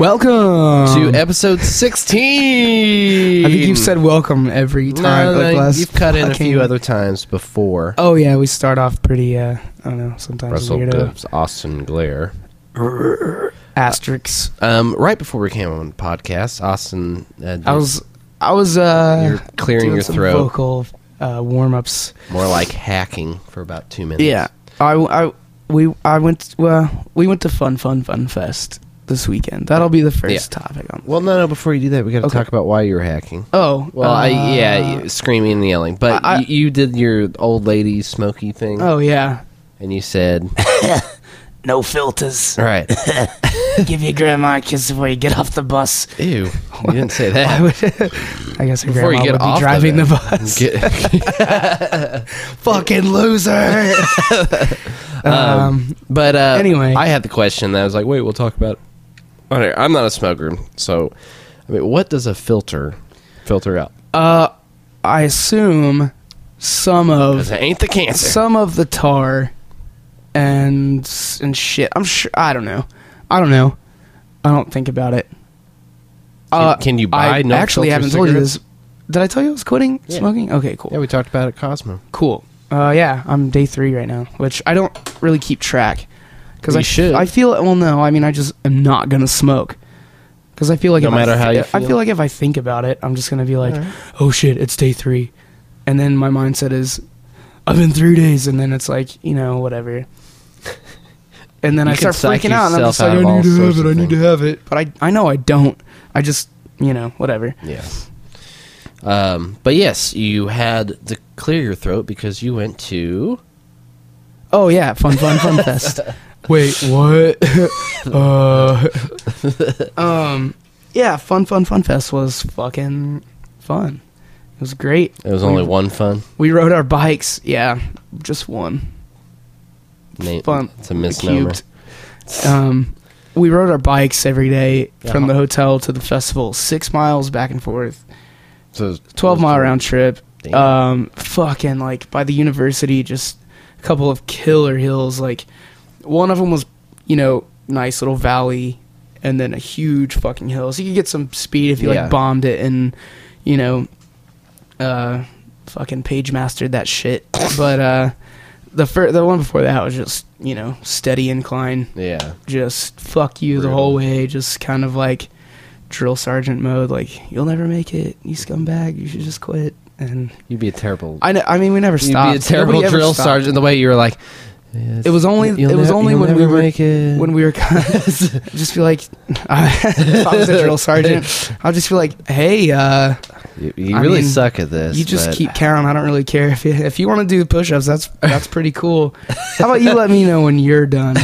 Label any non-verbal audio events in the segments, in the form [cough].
Welcome to episode 16. I think you've said welcome every time. No, like no, last you've cut in a fucking- few other times before. Oh yeah, we start off pretty. uh I don't know. Sometimes Russell weirdo. Gibbs, Austin Glare. Asterisks. Um, right before we came on the podcast, Austin, uh, did I was. I was. uh You're clearing doing your some throat. Vocal uh, warm ups. more like hacking for about two minutes. Yeah. I. I. We. I went. Well, we went to Fun Fun Fun Fest this weekend. That'll be the first topic on. Well, no, no. Before you do that, we got to Okay. talk about why you were hacking. Oh. Well, I yeah, uh, y- screaming and yelling. But I- y- you did your old lady smoky thing, Oh yeah. and you said, [laughs] No filters. [laughs] "All "Right, Give your grandma a kiss before you get off the bus. ew." You didn't say I, that. would, I guess her Before you grandma get would be off of driving it. the bus. Get- fucking [laughs] loser. um, But uh, Anyway. I had the question. That I was like, wait, we'll talk about. It. Okay, I'm not a smoker, so I mean, what does a filter filter out? Uh, I assume some Because of it ain't the cancer. some of the tar and and shit. I'm sure. I don't know. I don't know. I don't think about it. Uh, Can- can you buy I no actually filter haven't told you cigarettes? this. Did I tell you I was quitting Yeah. smoking? Okay, cool. yeah, we talked about it, at Cosmo. cool. Uh, yeah, I'm day three right now, which I don't really keep track because You I should. I feel well. No, I mean I just am not gonna smoke because I feel like No if I matter how you I feel feel. like if I think about it, I'm just gonna be like, oh shit, it's day three, and then my mindset is, I've been three days, and then it's like you know [laughs] whatever. And then You I can start psych freaking out, and I'm yourself just like, out of I all need to sorts have it, of I need to things. have it. But I, I know I don't. I just, you know, whatever. Yeah. Um, but yes, you had to clear your throat because you went to Oh yeah, fun, fun, [laughs] fun fest. Wait, what? uh, um, yeah, fun, fun, fun fest was fucking fun. It was great. it was only we, one fun. We rode our bikes. Yeah, just one. Name, Fun. It's a misnomer. Cubed. Um, we rode our bikes every day from Yeah. the hotel to the festival, six miles back and forth, So it's- twelve mile round trip. Damn. Um, fucking like by the university, just a couple of killer hills. Like one of them was, you know, nice little valley, and then a huge fucking hill. So you could get some speed if you Yeah. like bombed it and, you know, uh, fucking page mastered that [coughs] shit. but uh, the fir- the one before that was just you know steady incline, Yeah. just fuck you the Brutal. whole way, just kind of like drill sergeant mode. Like you'll never make it, you scumbag. You should just quit. And You'd be a terrible. I know, I mean, we never you'd stopped. be a terrible Nobody ever drill stopped. sergeant. The way you were like. It was only You'll it was nev- only you'll when we never were make it. when we were kind [laughs] of just feel like [laughs] I, if I was a drill sergeant, I'll just feel like, hey, uh, You, you I really mean, suck at this. you just but- keep counting. I don't really care if you if you want to do push-ups. That's that's pretty cool. How about you let me know when you're done,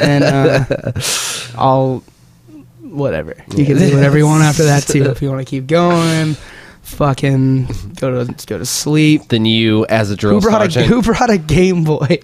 and uh, I'll whatever. You can do whatever you want after that [laughs] too. If you want to keep going, fucking go to go to sleep. Than you as a drill Who brought a, sergeant. who brought a Game Boy?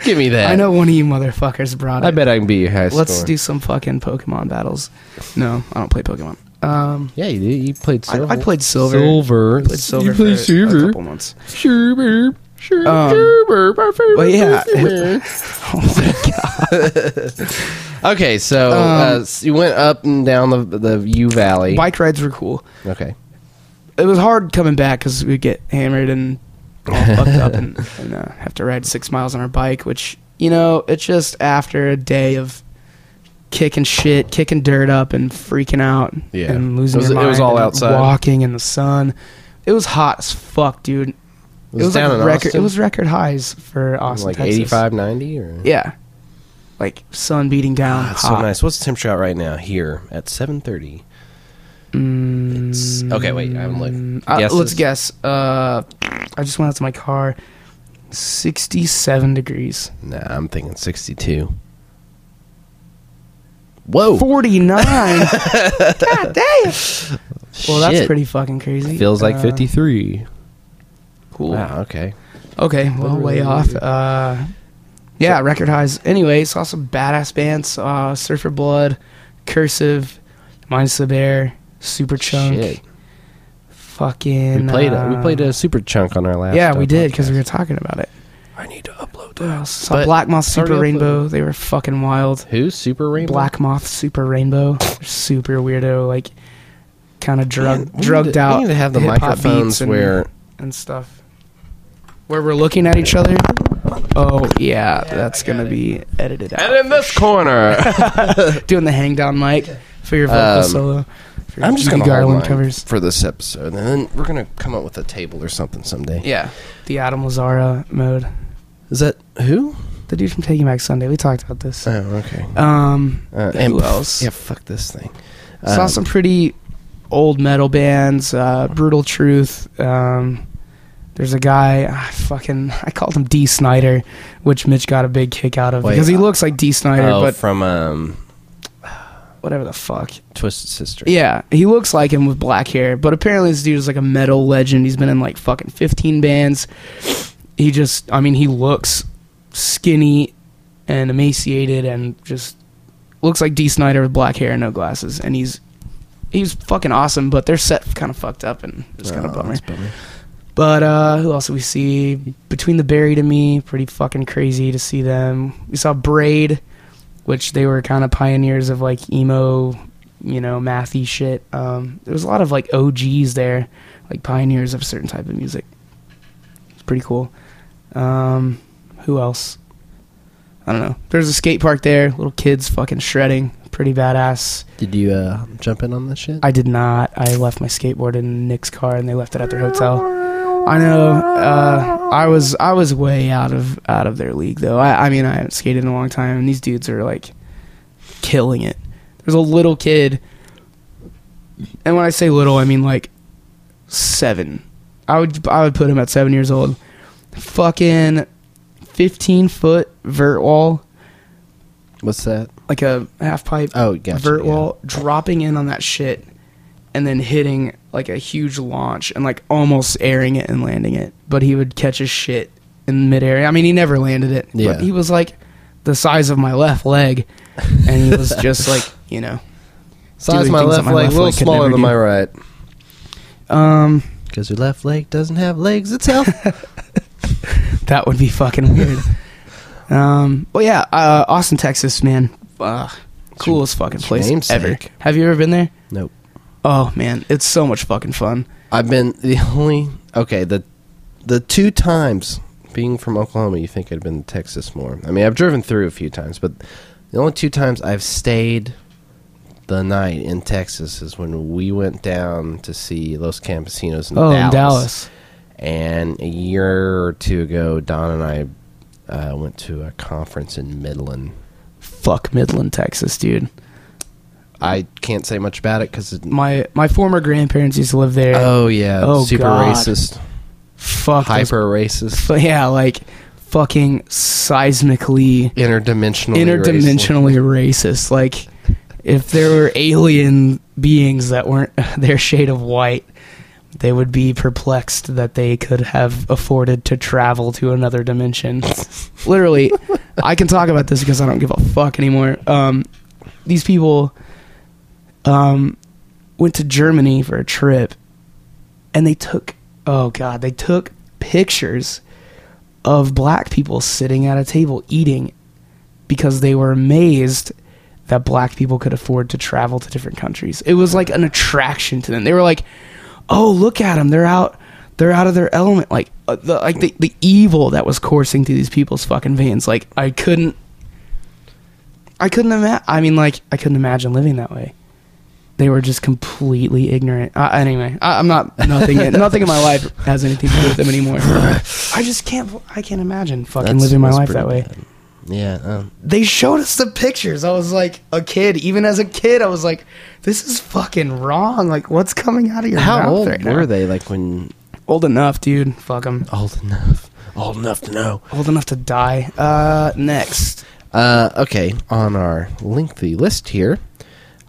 Give me that. I know one of you motherfuckers brought it. I bet I can beat your high score. Let's do some fucking Pokemon battles. No, I don't play Pokemon. Um, Yeah, you did. You played I- silver. I played silver. Silver. I played Silver You played for a silver. couple months. [laughs] Silver. Silver. Um, silver. My favorite. but yeah. [laughs] Pokemon. Oh [laughs] okay, so, Um, uh, s you went up and down the the U Valley. Bike rides were cool. Okay. It was hard coming back because we'd get hammered [laughs] and all fucked up and, and uh, have to ride six miles on our bike, which, you know, it's just after a day of kicking shit, kicking dirt up and freaking out Yeah. and losing It was- your it mind was all and outside. walking in the sun. It was hot as fuck, dude. It Was it down in record. Austin? It was record highs for Austin, like Texas. 85, 90? Or? Yeah. Like sun beating down. Ah, it's so hot. nice. What's the temperature out right now here at 7.30? It's, okay, wait. I haven't looked. Uh, Guesses? let's guess. Uh, I just went out to my car. 67 degrees. Nah, I'm thinking 62. Whoa. 49. [laughs] God damn. Well, that's Shit. pretty fucking crazy. Feels like Uh, 53. Cool. Wow, okay. Okay, well, way off. Uh, yeah, record highs. Anyway, saw some badass bands. Uh, Surfer Blood, Cursive, Minus the Bear, Super Chunk. Shit. Fucking. we played uh, a, we played a super chunk on our last. Yeah, uh, we did because we podcast. were talking about it. I need to upload what else? Saw But- Black Moth Super Sorry, I'll put- Rainbow. They were fucking wild. Who? Super Rainbow? Black Moth Super Rainbow. Super weirdo, like kind of drug Man, we drugged need to- out. We need to have the hip-hop microphones beats and- where and stuff. Where we're looking at each other. Oh yeah, that's gonna be edited out. [laughs] [laughs] And in this corner. Doing the hang down mic for your vocal Um, solo. For your I'm just Judy going to Garland hold mine covers. for this episode, and then we're going to come up with a table or something someday. Yeah, the Adam Lazara mode. Is that who? The dude from Taking Back Sunday. We talked about this. Oh, okay. Um, Uh, who and- else? Yeah, fuck this thing. Saw Um, some pretty old metal bands. Uh, Brutal Truth. Um, there's a guy. I fucking. [laughs] I called him D. Snyder, which Mitch got a big kick out of Wait, because he uh, looks like D. Snyder, oh, but from um, whatever the fuck. Twisted Sister. Yeah, he looks like him with black hair, but apparently this dude is like a metal legend. He's been in like fucking 15 bands. He just, I mean, he looks skinny and emaciated and just looks like D. Snyder with black hair and no glasses. And he's he's fucking awesome, but they're set kind of fucked up and it's kind of Oh, bummer. that's bummer. But uh, who else did we see? Between the Buried and Me, pretty fucking crazy to see them. We saw Braid, which they were kind of pioneers of like emo, you know, mathy shit. Um, there was a lot of like OGs there, like pioneers of a certain type of music. It's pretty cool. Um, who else? I don't know. There's a skate park there. Little kids fucking shredding. Pretty badass. Did you uh, jump in on that shit? I did not. I left my skateboard in Nick's car, and they left it at their hotel. I know. Uh, I was I was way out of out of their league though. I, I mean, I haven't skated in a long time, and these dudes are like killing it. There's a little kid, and when I say little, I mean like seven. I would I would put him at seven years old. Fucking fifteen foot vert wall, What's that? like a half pipe Oh, gotcha. vert yeah. wall, dropping in on that shit, and then hitting like a huge launch and like almost airing it and landing it. But he would catch his shit in midair. I mean, he never landed it. Yeah. But he was like the size of my left leg, and he [laughs] was just like you know. Size doing my things left that my leg, a left little leg could smaller never than do. my right. Um, Because your left leg doesn't have legs [laughs] itself. that would be fucking weird. um, well, yeah, uh, Austin, Texas, man, uh, coolest fucking it's your place ever. namesake. Have you ever been there? nope. Oh man, it's so much fucking fun. I've been the only okay the the two times being from Oklahoma, you think I'd been to Texas more. I mean, I've driven through a few times, but the only two times I've stayed the night in Texas is when we went down to see Los Campesinos in, oh, Dallas. in Dallas. And a year or two ago, Don and I uh, went to a conference in Midland. Fuck Midland, Texas, dude. I can't say much about it because my my former grandparents used to live there. oh yeah, Oh, super God. racist, Fuck, those- hyper racist, f- [laughs] yeah, like fucking seismically, interdimensional, interdimensionally racist. Like if there were alien beings that weren't [laughs] their shade of white, they would be perplexed that they could have afforded to travel to another dimension. Literally, I can talk about this because I don't give a fuck anymore. Um, these people um, went to Germany for a trip, and they took oh god, they took pictures of black people sitting at a table eating because they were amazed that black people could afford to travel to different countries. It was like an attraction to them. They were like, "Oh, look at them! They're out, they're out of their element." Like, uh, the, like the the evil that was coursing through these people's fucking veins. Like, I couldn't, I couldn't imagine. I mean, like, I couldn't imagine living that way. They were just completely ignorant. Uh, anyway, I, I'm not nothing. nothing in my life has anything to do with them [laughs] anymore. I just can't. I can't imagine fucking That's- living my that's life pretty that way bad. Yeah, um, they showed us the pictures. I was like a kid, even as a kid, I was like, "This is fucking wrong." Like, what's coming out of your how mouth old right were now? they? Like when Old enough, dude. Fuck them. old enough, old enough to know. Old enough to die. Uh, next. Uh, okay, on our lengthy list here.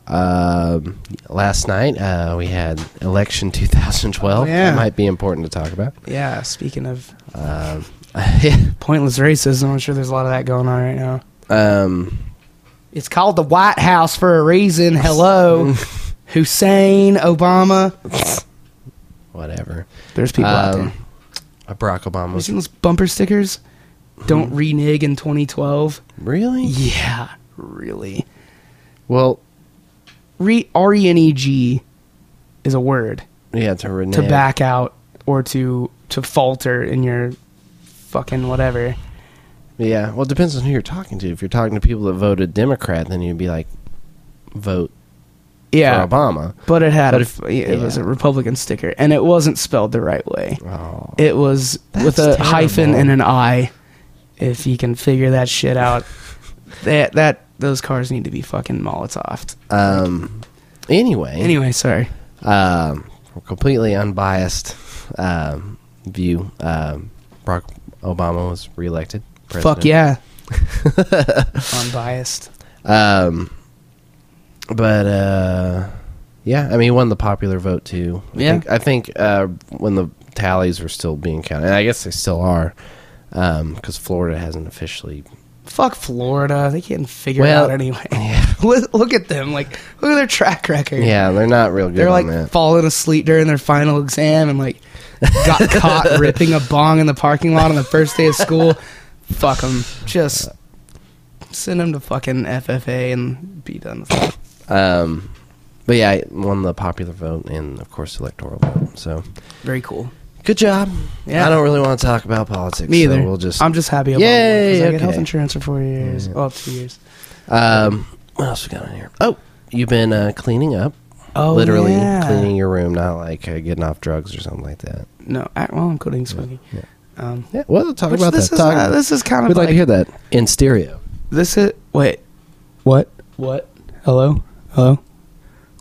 Um, last night uh, we had election 2012. Oh, yeah. That might be important to talk about. Yeah. Speaking of Um, [laughs] pointless racism, I'm sure there's a lot of that going on right now. um, It's called the White House for a reason. [laughs] Hello, Hussein Obama. whatever. There's people out Um, there. Barack Obama Have you was seen those bumper stickers? Don't renege in 2012. Really? Yeah, really. Well, Re R E N E G is a word yeah, to renege. to back out or to to falter in your fucking whatever. Yeah. Well, it depends on who you're talking to. If you're talking to people that voted Democrat, then you'd be like, vote Yeah, for Obama. but it had a But if- f it was yeah. a Republican sticker and it wasn't spelled the right way. Oh. It was That's with a hyphen terrible. and an I. If you can figure that shit [laughs] out, that that those cars need to be fucking molotoved. Um. Anyway. Anyway, sorry. Um. Completely unbiased um, view. Um, Barack Obama was reelected. president. Fuck yeah. [laughs] Unbiased. Um, but uh, yeah, I mean, he won the popular vote too. I Yeah. think, I think uh, when the tallies were still being counted, and I guess they still are, because Florida hasn't officially. Fuck Florida. They can't figure Well, it out anyway. [laughs] look, look at them. Like, look at their track record. Yeah, they're not real good. They're on like that. falling asleep during their final exam and like [laughs] got caught ripping a bong in the parking lot on the first day of school. Fuck them. Just send them to fucking FFA and be done with it. Um, but yeah, I won the popular vote and of course electoral vote. So Very cool. good job. Yeah. I don't really want to talk about politics. Me either. So we'll just. I'm just happy about Yay, it because I get okay. health insurance for four years. Yeah. Well, two years. um, what else we got on here? Oh, you've been uh, cleaning up. Oh, literally yeah. cleaning your room, not like uh, getting off drugs or something like that. No, I, well, I'm quitting smoking. yeah. Um, Yeah, well, talk which about this that. is Talk uh, about this is kind We'd of like, like, to hear that in stereo. This is wait. What? What? Hello? Hello?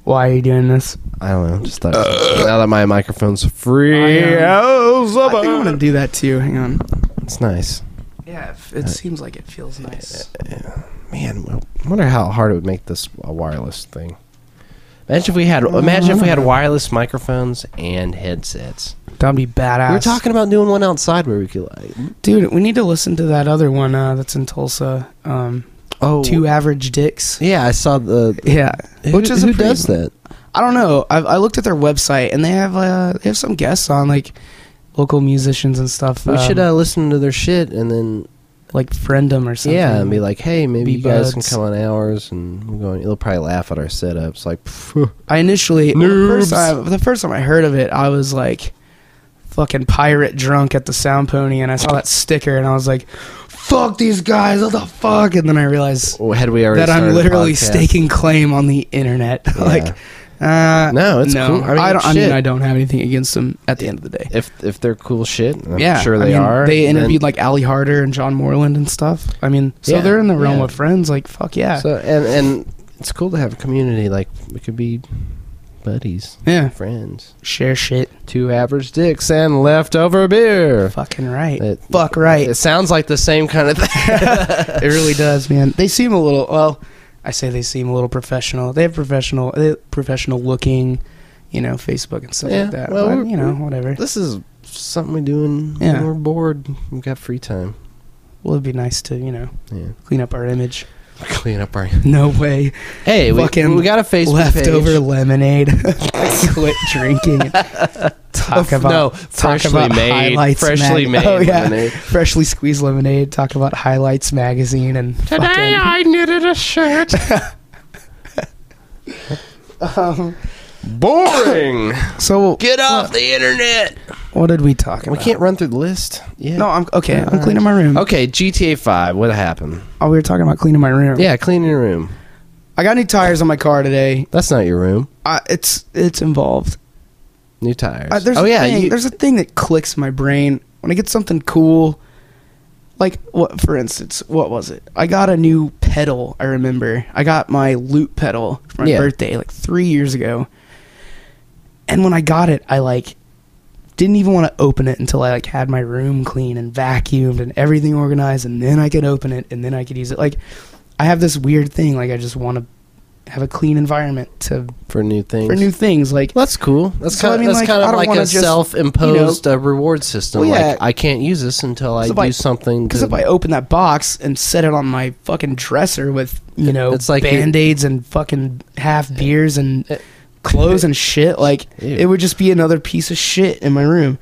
Why are you doing this? I don't know. Just thought, now that my microphone's free, I, I think I'm gonna it's do that too. Hang on. nice. Yeah, if- it seems like it feels nice. Man, I wonder how hard it would make this a wireless thing. Imagine if we had imagine if we had wireless microphones and headsets. That'd be badass. We were talking about doing one outside where we could like dude. We need to listen to that other one uh, that's in Tulsa. Um, oh two average dicks. yeah I saw the Yeah, who, which is a who pretty- does that I don't know. I, I looked at their website and they have uh, they have some guests on like local musicians and stuff. we should um, uh, listen to their shit and then like friend them or something. Yeah, and be like, hey, maybe Be you guys buds. can come on ours, and we're going. They'll probably laugh at our setups. Like, [laughs] phew. I initially well, the first Noobs. time the first time I heard of it, I was like fucking pirate drunk at the Sound Pony, and I saw that sticker, and I was like, "Fuck these guys! What the fuck?" And then I realized Well, "Oh, had we already that I'm started the literally podcast? staking claim on the internet. [laughs] like, uh, No, it's cool. I I, mean, don't. I mean, shit. I don't have anything against them. At the end of the day, If if they're cool shit, and I'm yeah, sure I they mean, are. They then- interviewed like Ali Harder and John Moreland and stuff. I mean, so Yeah, they're in the realm yeah. of friends. Like, fuck yeah, So and and it's cool to have a community. Like we could be buddies, yeah, friends. share shit. Two average dicks and leftover beer. Fucking right. It- fuck right. It sounds like the same kind of thing. [laughs] It really does, man. They seem a little well. I say they seem a little professional. They have professional, they have professional looking, you know, Facebook and stuff Yeah, like that. well, but, we're- you know, we're- whatever. this is something we do when Yeah. we're bored. We've got free time. Well, it'd be nice to you know [laughs] Yeah, clean up our [laughs] image. clean up our. No way, Hey, we, Fucking we got a Facebook leftover page. lemonade. [laughs] Quit drinking. [laughs] and Talk about Oh, no, talk freshly about made, highlights freshly mag- made Oh, yeah. [laughs] lemonade. freshly squeezed lemonade. Talk about highlights magazine and fucking- knitted a shirt. [laughs] Um, Boring. [coughs] so Get off the internet. what did we talk We about? can't run through the list. Yeah. No, I'm okay. I'm Alright. cleaning my room. Okay, GTA Five. What happened? Oh, we were talking about cleaning my room. Yeah, clean your room. I got new tires on my car today. That's not your room. I, it's it's involved. New tires. Uh, there's oh a yeah, thing, you- there's a thing that clicks in my brain when I get something cool. Like what? For instance, what was it? I got a new pedal. I remember I got my loop pedal for my Yeah. birthday like three years ago. And when I got it, I like didn't even want to open it until I like had my room clean and vacuumed and everything organized, and then I could open it and then I could use it. Like I have this weird thing. Like I just want to have a clean environment to for new things. for new things. Like Well, that's cool. That's So, kind I of mean, that's like, kind I of don't like wanna a just, you know- self-imposed uh, reward system. Well, yeah. Like I can't use this until I So do if I- something. Because to- if I open that box and set it on my fucking dresser with you know It's like it- band aids and fucking half beers and It- clothes and shit, like Ew. it would just be another piece of shit in my room.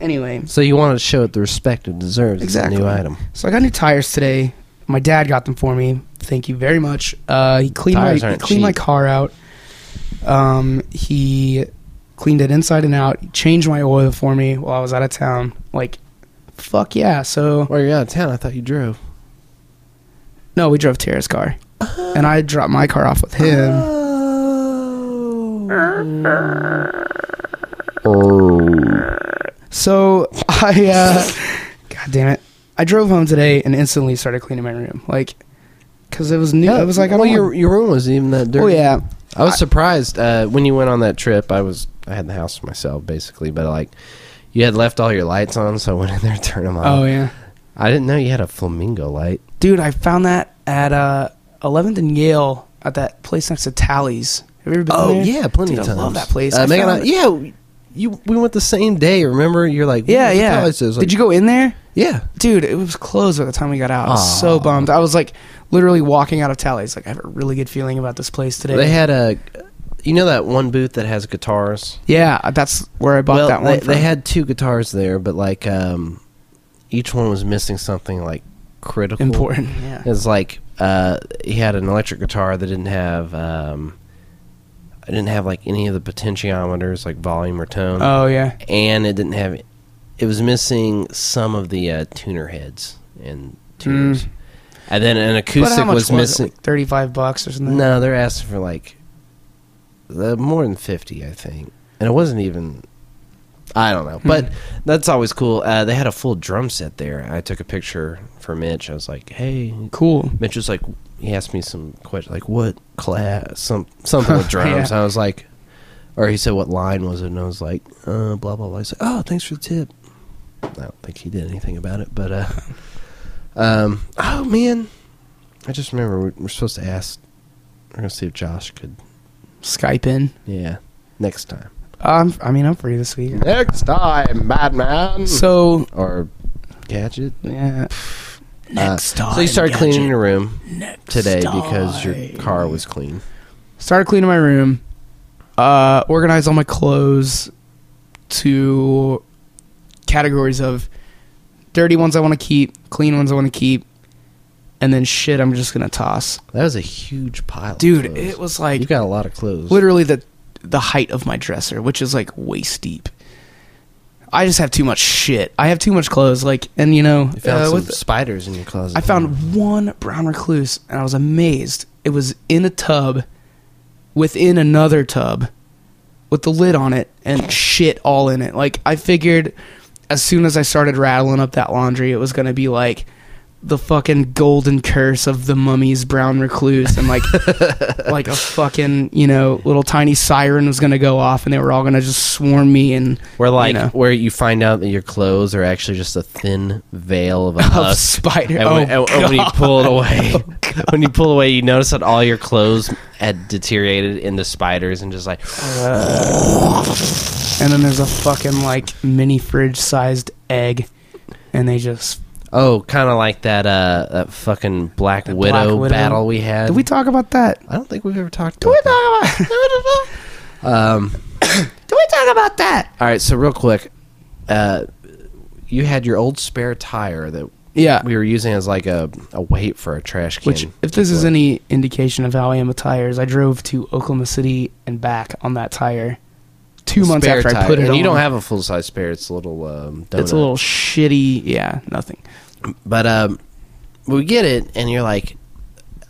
Anyway, So you want to show it the respect it deserves. Exactly. Exactly. It's a new item. so I got new tires today. My dad got them for me. Thank you very much. Uh, he cleaned Tires my he aren't cleaned my cheap. car out. Um, he cleaned it inside and out. He changed my oil for me while I was out of town. Like, fuck yeah! So Well, you're out of town. I thought you drove. no, we drove Tara's car, and I dropped my car off with him. Oh. Oh. So I, uh, [laughs] god damn it, I drove home today and instantly started cleaning my room. Like, cause it was new. I was like, I well, don't. your want- your room wasn't even that dirty. Oh yeah, I was surprised uh, when you went on that trip. I was I had the house to myself basically, but like you had left all your lights on, so I went in there and turned them on. oh yeah. I didn't know you had a flamingo light. Dude, I found that at uh, 11th and Yale at that place next to Tally's. Have you ever been Oh, there? Dude, I love that place. Uh, I Megan, found I- it- yeah, you we went the same day. Remember? You're like yeah, "Where's the yeah. palace?" I was like, Did you go in there? Yeah. Dude, it was closed by the time we got out. I was Aw. so bummed. I was like literally walking out of Tally's. Like, I have a really good feeling about this place today. They had a, you know that one booth that has guitars. yeah, that's where I bought well, that one. they, from. they had two guitars there, but like um, each one was missing something like critical. important. Yeah. [laughs] It's like uh, he had an electric guitar that didn't have um, it didn't have like any of the potentiometers like volume or tone, Oh, yeah. and it didn't have it was missing some of the uh, tuner heads and tuners. And then an Mm. But how acoustic much was, it? missing. Like 35 bucks or something? No, they're asking for like uh, more than fifty, I think, and it wasn't even. I don't know, but Hmm. that's always cool. Uh, they had a full drum set there. I took a picture for Mitch. I was like, "Hey, Cool. Mitch was like, he asked me some question, like what class, some something [laughs] with drums. Yeah. I was like, or he said what line was it, and I was like, uh, blah blah blah. He's like, oh, thanks for the tip. I don't think he did anything about it, but [laughs] uh, um, oh man, I just remember we're, we're supposed to ask. We're gonna see if Josh could, Skype in. yeah, next time. Um, I mean, I'm free this week. Next time, Batman. So, or gadget. [sighs] yeah. Next Uh, time. So you started Gadget. cleaning your room Next today because time. your car was clean. started cleaning my room uh organized all my clothes to categories of dirty ones i want to keep clean ones i want to keep and then shit i'm just gonna toss That was a huge pile, dude Of clothes. it was like you got a lot of clothes. literally the the height of my dresser which is like waist deep i just have too much shit i have too much clothes like and you know You found uh, some with- spiders in your closet. I found one brown recluse and I was amazed. It was in a tub within another tub with the lid on it and shit all in it. Like I figured as soon as I started rattling up that laundry, it was going to be like the fucking golden curse of the mummy's brown recluse [laughs] and like like a fucking, you know, little tiny siren was going to go off and they were all going to just swarm me and where like you know. where you find out that your clothes are actually just a thin veil of a of husk. spider. And, when, oh, and when you God. Oh, pull [laughs] it away, when you pull away, you notice that all your clothes had deteriorated into spiders, and just like And then there's a fucking like mini fridge sized egg, and they just oh, kind of like that uh that fucking Black, The Widow, Black Widow. battle we had. did we talk about that? I don't think we've ever talked. Did we about talk about? [laughs] that. Um, did we talk about that? all right, so real quick, uh, you had your old spare tire that Yeah. we were using as like a, a weight for a trash can. Which, if this is any indication of how I am with tires, I drove to Oklahoma City and back on that tire two A months spare after I tire. put it and on. You don't have a full size spare. It's a little um, donut. it's a little shitty. Yeah, nothing. But um, we get it, and you're like,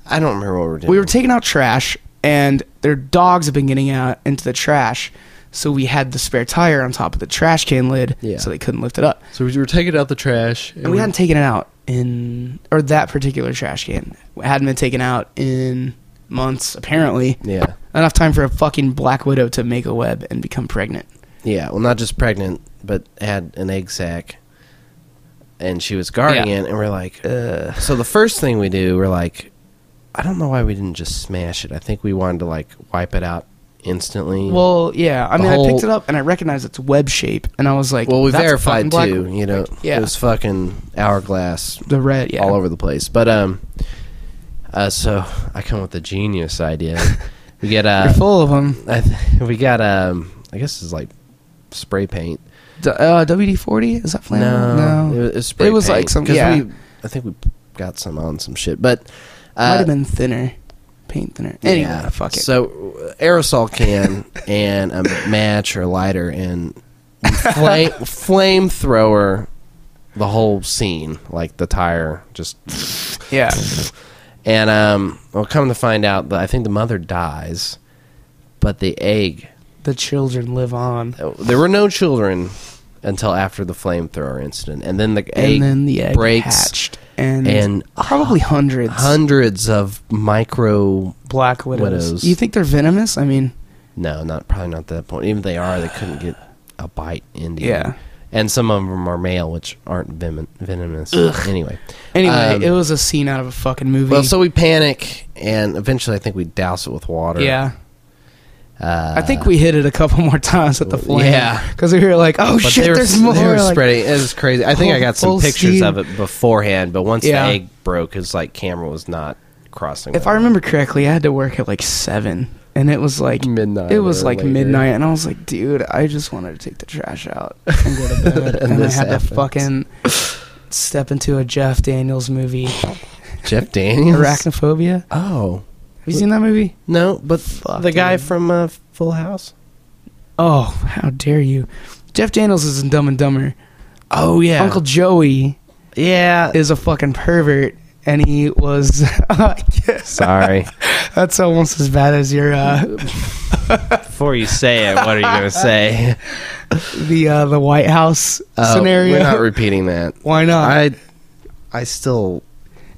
I don't remember what we were doing. We were taking out trash, and their dogs have been getting out into the trash, so we had the spare tire on top of the trash can lid, Yeah. so they couldn't lift it up. so we were taking out the trash, And we hadn't taken it out in, or that particular trash can hadn't been taken out in months, apparently. Yeah, Enough time for a fucking black widow to make a web and become pregnant. yeah. Well, not just pregnant, but had an egg sac, and she was guarding Yeah. it, and we're like, uh. so the first thing we do, we're like, I don't know why we didn't just smash it. I think we wanted to like wipe it out instantly. Well, yeah. I mean, I picked Mm. whole- it up and I recognized its web shape, and I was like, Well, we "That's a fucking verified black too. widow." You know, yeah. it was fucking hourglass The red, yeah. all over the place. But um, uh, so I come with a [laughs] genius idea. we get You're uh, full of them. I th- we got um, I guess it's like spray paint. D- uh, WD forty is that flammable? No, No, It, was- it was, spray It was paint, like some- 'cause yeah. we- I think we got some on some shit, but might uh, have been thinner, paint thinner. Anyway, yeah. fuck it. So uh, aerosol can and a match or a lighter and [laughs] flame flamethrower the whole scene like the tire just yeah, and um well come to find out that I think the mother dies but the egg the children live on, there were no children until after the flamethrower incident and then the egg and then the egg breaks hatched, and, and probably hundreds hundreds of micro black widows. widows. You think they're venomous? I mean, No, not probably not that point. Even if they are, they couldn't get a bite into you. Yeah. And some of them are male, which aren't venom- venomous. Anyway. anyway, Um, it was a scene out of a fucking movie. Well, so we panic, and eventually I think we douse it with water. yeah, Uh, I think we hit it a couple [laughs] more times with the flame. Yeah. because we were like, oh but shit, they were, there's more. They were like- spreading. It was crazy. I think I got some full pictures steam. of it beforehand, but once Yeah. the egg broke, his like camera was not crossing. if the I line. remember correctly, I had to work at like seven, and it was like midnight, It was or like later. midnight, and I was like, dude, I just wanted to take the trash out and go to [laughs] bed. And and I this had to happens. fucking step into a Jeff Daniels [laughs] movie, [laughs] Jeff Daniels. Arachnophobia. Oh Have you seen that movie? no, but Fuck, the guy dude. from uh, Full House. Oh, how dare you! Jeff Daniels is in Dumb and Dumber. Oh yeah, Uncle Joey Yeah. is a fucking pervert, and he was. [laughs] I guess [laughs] Sorry. that's almost as bad as your [laughs] uh, Before you say it, what are you going to [laughs] say? the uh, the White House Oh, scenario. Uh, We're not repeating that. Why not? I I still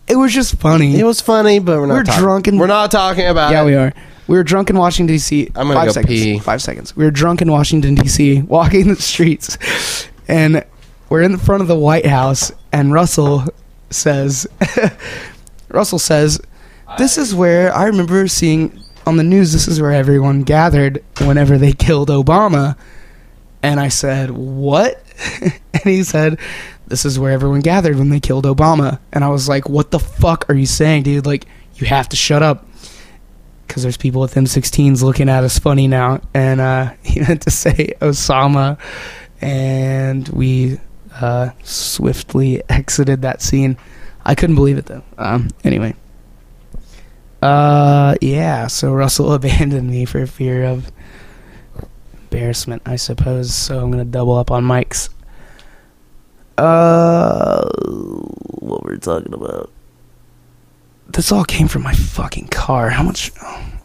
it was just funny. It was funny, but we're not We're talking. drunk and- We're not talking about yeah, it. we are. We were drunk in Washington D.C. I'm gonna five go seconds. pee. Five seconds. We were drunk in Washington D.C. walking the streets, and we're in the front of the White House, and Russell says, [laughs] Russell says, this is where I remember seeing on the news. This is where everyone gathered whenever they killed Obama, and I said, what? [laughs] and he said. This is where everyone gathered when they killed Obama. And I was like, what the fuck are you saying, dude? Like, you have to shut up because there's people with M16s looking at us funny now. And uh, [laughs] he meant to say Osama, and we uh, swiftly [laughs] exited that scene. I couldn't believe it though. Um, anyway, uh, yeah. So Russell [laughs] abandoned me for fear of embarrassment, I suppose. So I'm gonna double up on mics. Uh, what we're talking about? This all came from my fucking car. How much?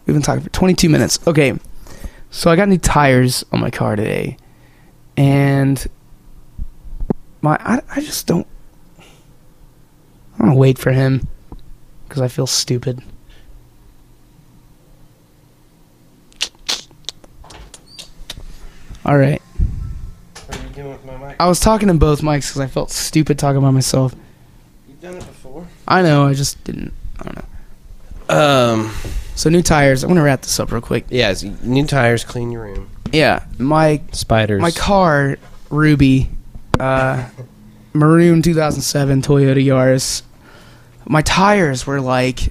We've been talking for 22 minutes. Okay. So I got new tires on my car today. And my I, I just don't I want to wait for him cuz I feel stupid. All right. What are you doing with my mic? I was talking in both mics cuz I felt stupid talking by myself. You've done it before. I know, I just didn't. I don't know. Um, So new tires. I'm going to wrap this up real quick. yeah, so new tires, clean your room. Yeah, my Spiders. My car, Ruby, uh, maroon 2007 Toyota Yaris. My tires were like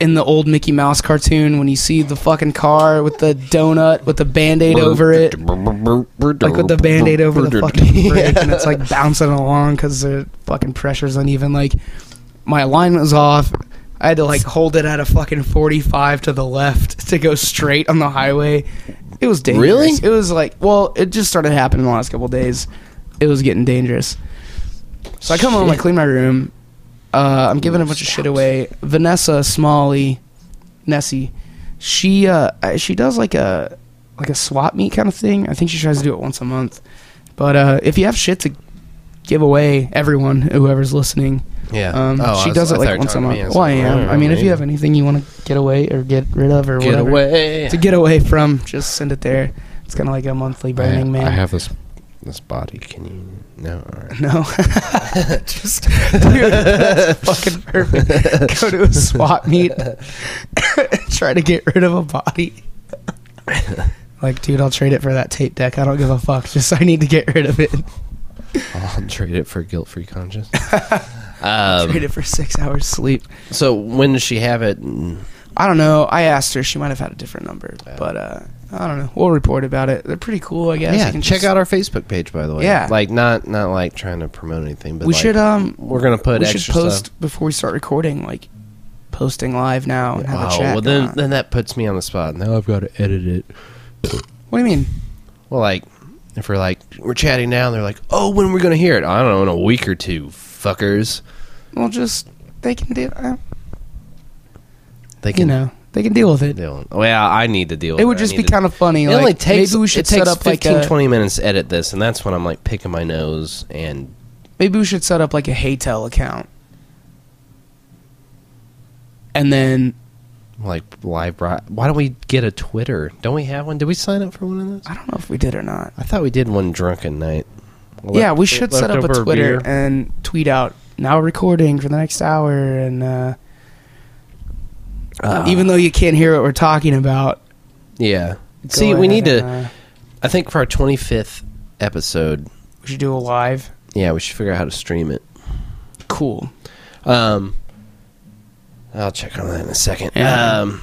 in the old Mickey Mouse cartoon when you see the fucking car with the donut with the band-aid over it, like with the band-aid over the fucking [laughs] brake, and it's like bouncing along because the fucking pressure's uneven. Like my alignment was off. I had to like hold it at a fucking 45 to the left [laughs] to go straight on the highway. It was dangerous. Really? It was like, well, it just started happening the last couple of days. It was getting dangerous. So I come home, I Shit. clean my room. Uh, I'm giving a bunch of shit away. Vanessa Smalley, Nessie, she uh, she does like a like a swap meet kind of thing. I think she tries to do it once a month. But uh, if you have shit to give away, everyone, whoeves listening, Yeah. um, Oh, I she was- does I it thought you like were once a talking to me. month. was Well, I like, am. don't I mean, if you know. have anything you want to get away or get rid of or Get whatever away. to get away from, just send it there. It's kind of like a monthly Burning Man. I have this this body. Can you? No. [laughs] All right. [laughs] no, just dude, that's fucking perfect. Go to a swap meet, [coughs] try to get rid of a body. Like, dude, I'll trade it for that tape deck. I don't give a fuck. Just I need to get rid of it. I'll trade it for [laughs] guilt-free conscience. um, trade it for six hours sleep. So when does she have it? And I don't know. I asked her. She might have had a different number, Yeah. but uh, I don't know. We'll report about it. They're pretty cool, I guess. yeah, You can check just- out our Facebook page by the way. Yeah. like not not like trying to promote anything, but We like, should um. We're gonna put we should extra post stuff. before we start recording, like posting live now and have a Wow, chat. Oh, well then Uh, then that puts me on the spot. Now I've got to edit it. what do you mean? Well, like if we're like we're chatting now, and they're like, "Oh, when we're gonna hear it?" I don't know, in a week or two, fuckers. Well, just they can deal. Uh, They you can. know, they can deal with it. Deal. Well, I need to deal. with It would I just need be to- kind of funny. It like, only takes. maybe we should it takes set up 15, like a 20 minutes to edit this, and that's when I'm like picking my nose and maybe we should set up like a Haytel account, and then like live. Bro- Why don't we get a Twitter? Don't we have one? Did we sign up for one of those? I don't know if we did or not. I thought we did one drunken night. yeah, Left- we should set up a leftover Twitter beer. and tweet out now recording for the next hour, and uh, Uh, even though you can't hear what we're talking about, yeah. go See, we ahead need to. and, uh, I think for our 25th episode, we should do a live. yeah, we should figure out how to stream it. Cool. Um, I'll check on that in a second. Yeah. Um,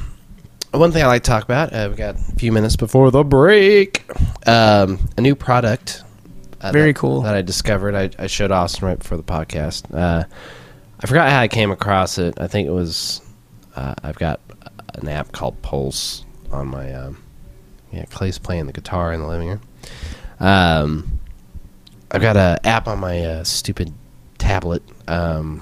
one thing I like to talk about, uh, we got a few minutes before the break. Um, a new product. uh, Very that- cool. That I discovered. I, I showed Austin right before the podcast. Uh, I forgot how I came across it. I think it was, uh, I've got an app called Pulse on my, um, yeah, Clay's playing the guitar in the living room. Um, I've got a app on my uh, stupid tablet um,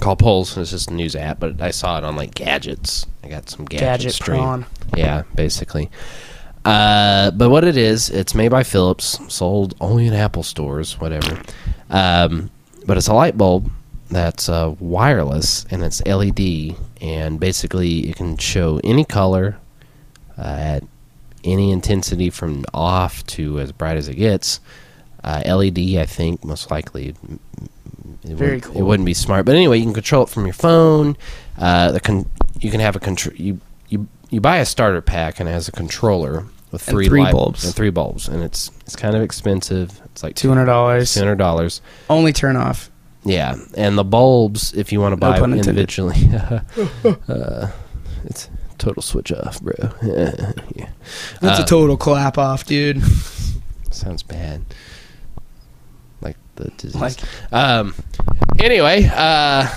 called Pulse, and it's just a news app. But I saw it on like gadgets. I got some gadget, Gadget stream. prawn. Yeah, basically. Uh, but what it is, it's made by Philips, sold only in Apple stores, whatever. Um, but it's a light bulb that's uh, wireless and it's LED, and basically it can show any color uh, at any intensity from off to as bright as it gets. Uh, LED, I think, most likely. m- m- It Very wouldn't- cool. It wouldn't be smart, but anyway, you can control it from your phone. Uh, the con- you can have a control. You, you you buy a starter pack and it has a controller with And three, three light- bulbs. and three bulbs, and it's it's kind of expensive. It's like Two hundred dollars. two hundred dollars. Only turn off. Yeah, and the bulbs, if you want to No buy pun them intended. individually, [laughs] uh, it's total switch off, bro. [laughs] yeah. That's Uh, a total clap off, dude. Sounds bad. Like the disease. Like um. Anyway, uh,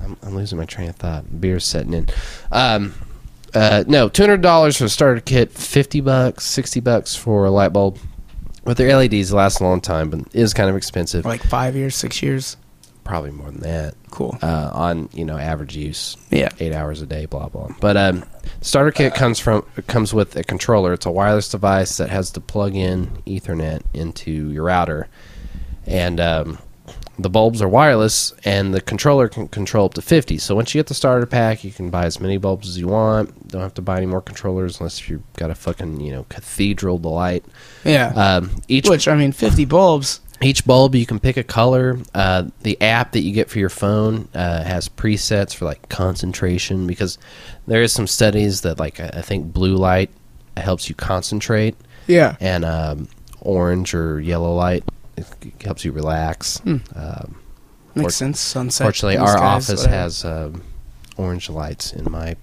I'm, I'm losing my train of thought. Beer's setting in. Um. Uh, no, two hundred dollars for a starter kit, fifty bucks, sixty bucks for a light bulb. But their LEDs last a long time, but is kind of expensive. like five years, six years. Probably more than that. Cool. Uh, on you know average use, Yeah. eight hours a day, blah blah. But um, starter kit comes from comes with a controller. It's a wireless device that has to plug in Ethernet into your router, and um, the bulbs are wireless, and the controller can control up to fifty. So once you get the starter pack, you can buy as many bulbs as you want. Don't have to buy any more controllers unless you've got a fucking you know cathedral to light. Yeah. Um, each Which I mean, fifty bulbs. each bulb you can pick a color uh, the app that you get for your phone uh, has presets for like concentration because there is some studies that like i I think blue light helps you concentrate Yeah. and um, orange or yellow light it c- helps you relax um, Makes sense. Sunset. fortunately blue our skies, office whatever. has um, orange lights in my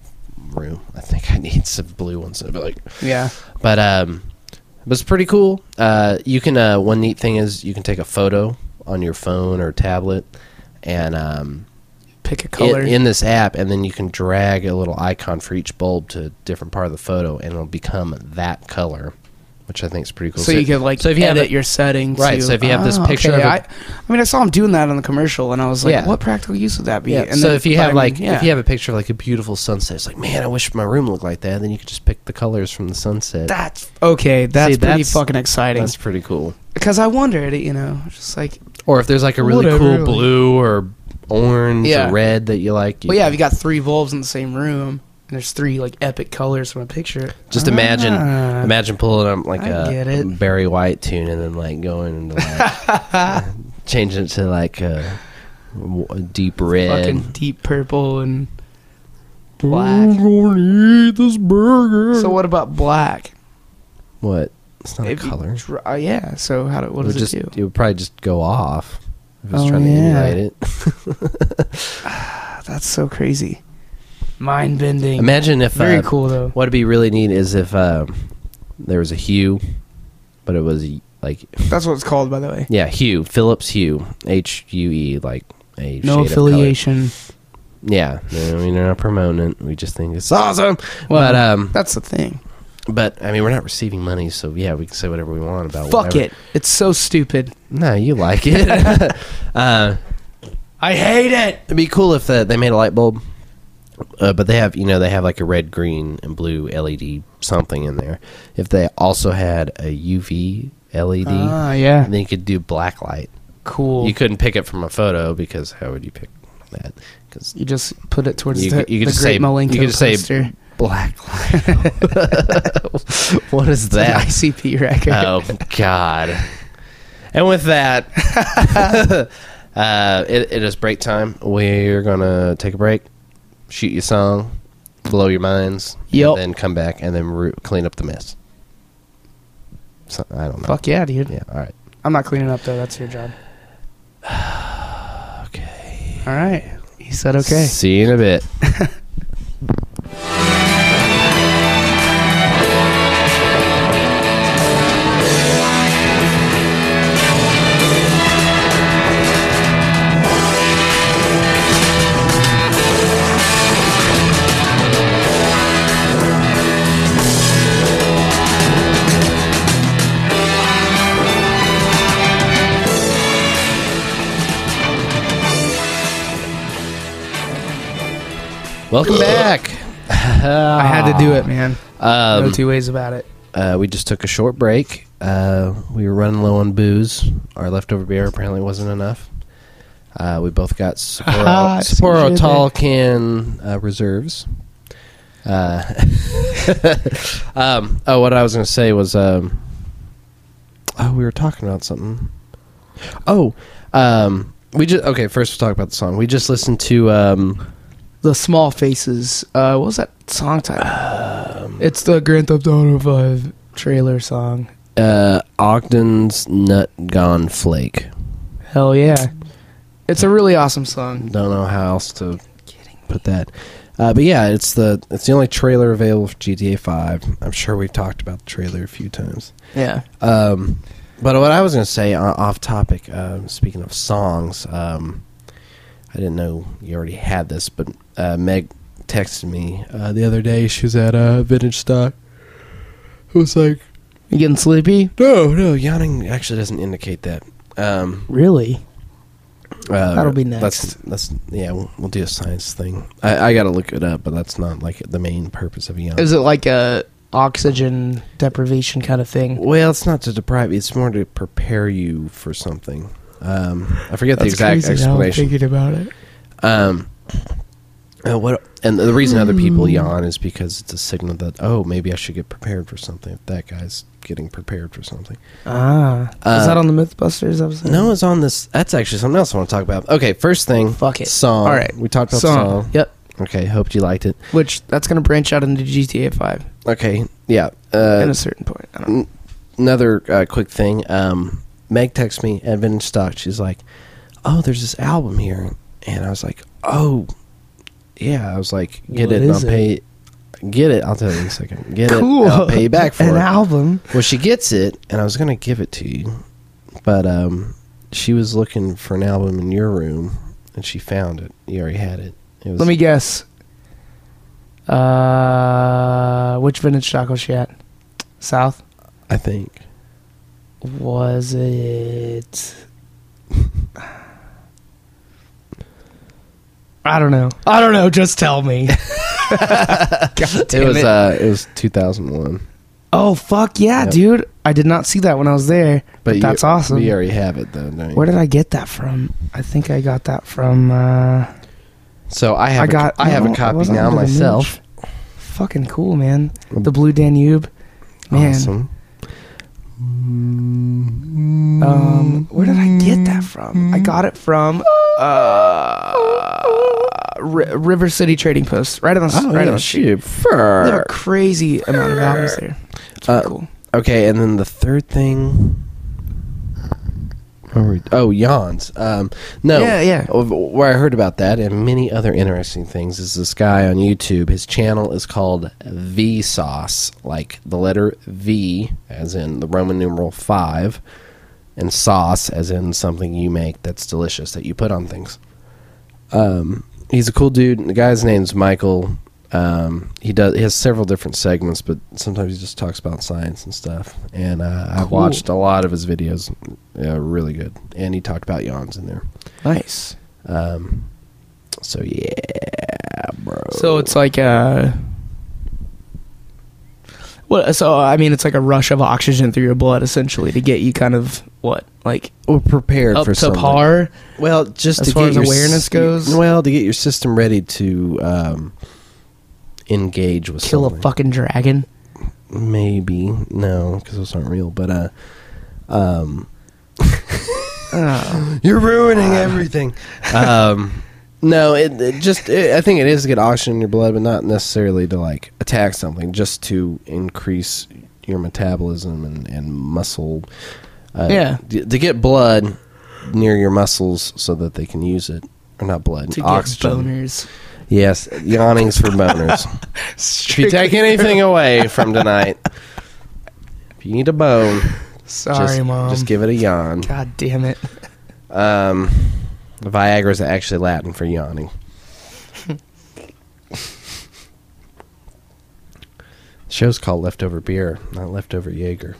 room i think i need some blue ones that like Yeah. but um, it was pretty cool. Uh, you can uh, one neat thing is you can take a photo on your phone or tablet, and um, Pick a in, color. in this app, and then you can drag a little icon for each bulb to a different part of the photo, and it'll become that color, which I think is pretty cool. so you could like so if you have edit it- your settings. Right, To, so if you have this Ah, picture okay. of a- I I mean, I saw him doing that on the commercial, and I was like, Yeah. "What practical use would that be?" yeah. And so then- if you but I have mean, like yeah. if you have a picture of like a beautiful sunset, it's like man, I wish my room looked like that. Then you could just pick the colors from the sunset. that's okay. That's See, pretty that's- fucking exciting. That's pretty cool. Because I wondered, you know, just like, Or if there's like a really Whatever, cool like- blue or orange Yeah. or red that you like, you well, yeah, if you got three bulbs in the same room, and there's three like epic colors from a picture. Just imagine, Ah. imagine pulling up like I get a it. Barry White tune and then like going into like [laughs] changing it to like a, w- a deep red. fucking deep purple and I'm black. gonna eat this burger. So what about black? what? It's Mm. not If a you color. dr- uh, yeah. So how? Do, what it would does just it do? would probably just go off. If it's Oh, trying to yeah. emulate it. That's so crazy. Mind bending. Imagine if Very uh, cool though. What'd be really neat is if um, there was a Hugh, but it was like That's what it's called, by the way. yeah, Hugh Phillips Hugh H U E like a No shade of affiliation. color. Yeah, I mean, we're not promoting it. We just think it's awesome. Well, but um, That's the thing. but I mean, we're not receiving money, so yeah, we can say whatever we want about. Fuck whatever. it. It's so stupid. No, you like it. [laughs] uh, I hate it. it'd be cool if uh, they made a light bulb, uh, but they have you know they have like a red, green, and blue LED something in there. If they also had a UV LED, Ah, yeah. E then you could do black light. Cool. You You, couldn't pick it from a photo because how would you pick that? Because just put it towards You the, could- you could the just Great say- Malenko you could just say- poster. black light. [laughs] what [laughs] is It's an that? ICP record. Oh God! And with that, [laughs] uh, it, it is break time. We're gonna take a break, shoot your song, blow your minds, Yep. and then come back and then re- clean up the mess. So, I don't know. Fuck yeah, dude. Yeah. All right. I'm not cleaning up though. That's your job. Okay. All right. He said okay. See you in a bit. [laughs] Welcome back. [laughs] I had to do it, man. Um, no two ways about it. uh, we just took a short break. Uh, we were running low on booze. Our leftover beer apparently wasn't enough. Uh, we [laughs] both got Sapporo, Ah, I see what you Sapporo did tall can uh, reserves. Uh, [laughs] um, oh, what I was going to say was, um, oh, we were talking about something. Oh, um, we just okay. First, we'll talk about the song. We just listened to. Um, The Small Faces. Uh, what was that song title? Um, it's the Grand Theft Auto Five trailer song. uh, Ogden's Nut Gone Flake. Hell yeah. It's a really awesome song. Don't know how else to put that. Uh, but yeah, it's the it's the only trailer available for GTA Five. I'm sure we've talked about the trailer a few times. Yeah. Um, but what I was going to say uh, off topic, um speaking of songs, um, I didn't know you already had this, but uh, Meg texted me uh, the other day. She was at uh, Vintage Stock. It was like, You getting sleepy? no, Oh, no, yawning actually doesn't indicate that. Um, Really? uh, That'll be That's that's yeah. We'll, we'll do a science thing. I, I gotta look it up, but that's not like the main purpose of a yawn. Is it like a oxygen deprivation kind of thing? well, it's not to deprive. you, It's more to prepare you for something. Um, I forget the exact explanation. thinking about it. Um, uh, what and the reason other people yawn is because it's a signal that oh maybe I should get prepared for something. If that guy's getting prepared for something. Ah. Uh, Is that on the Mythbusters episode? No, it's on this. That's actually something else I want to talk about. Okay, first thing. Fuck it. Song. All right. We talked about Song. song. Yep. Okay. Hoped you liked it. Which that's gonna branch out into GTA Five Okay. Yeah. Uh, at a certain point. I don't know. another uh, quick thing. Um, Meg texts me at Vintage Stock. She's like, "Oh, there's this album here," and I was like, "Oh, yeah." I was like, "Get What it, and is I'll pay." Get it. I'll tell you in a second. uh, Get it. and I'll pay you back for [laughs] an it. album. Well, she gets it, and I was gonna give it to you, but um, she was looking for an album in your room, and she found it. You already had it. It was Let me guess. Uh, which vintage stock was she at? South. I think. Was it? I don't know. I don't know. Just tell [laughs] me. God damn it was. Uh, it was 2001. oh fuck yeah, Yep. dude! I did not see that when I was there. But, you- that's awesome. You already have it though. Don't you? Where did I get that from? I think I got that from. Uh, So I have I a got. co- I have no, a it copy wasn't now Under the myself. Mooch. Fucking cool, man. The Blue Danube, man. Mm, Um, where did I get that from? I got it from uh, Ri River City Trading Post, right on the Oh, right on yeah, the street. shoot. They have a Fur. crazy amount of albums there. It's Uh, pretty cool. Okay, and then the third thing What were we- oh, yawns. Um, no. Yeah, yeah. Oh, Where I heard about that and many other interesting things is this guy on YouTube. His channel is called V Sauce, like the letter V, as in the Roman numeral five, and sauce, as in something you make that's delicious that you put on things. Um, he's a cool dude. The guy's name's Michael. Um, he does. He has several different segments, but sometimes he just talks about science and stuff. And uh, I Cool. watched a lot of his videos. Yeah, really good. And he talked about yawns in there. Nice. Um, so yeah, bro. So it's like uh, a. What, so I mean, it's like a rush of oxygen through your blood, essentially, to get you kind of what, like we're prepared up for to something. par. Well, just As to far get as your s- awareness goes? Well, to get your system ready to um, engage with Kill something. a fucking dragon. Maybe no, because those aren't real. But uh, um, Oh. You're ruining everything. um, [laughs] no, it, it just it, I think it is to get oxygen in your blood, but not necessarily to like attack something, just to increase your metabolism and, and muscle. Uh, Yeah. d- to get blood near your muscles so that they can use it, or not blood, To get oxygen. boners. Yes, yawnings [laughs] for boners. if you take anything away from tonight, if you need a bone, Sorry, just, mom. just give it a yawn. God damn it. Um, Viagra is actually Latin for yawning. [laughs] show's called Leftover Beer, not Leftover Jaeger.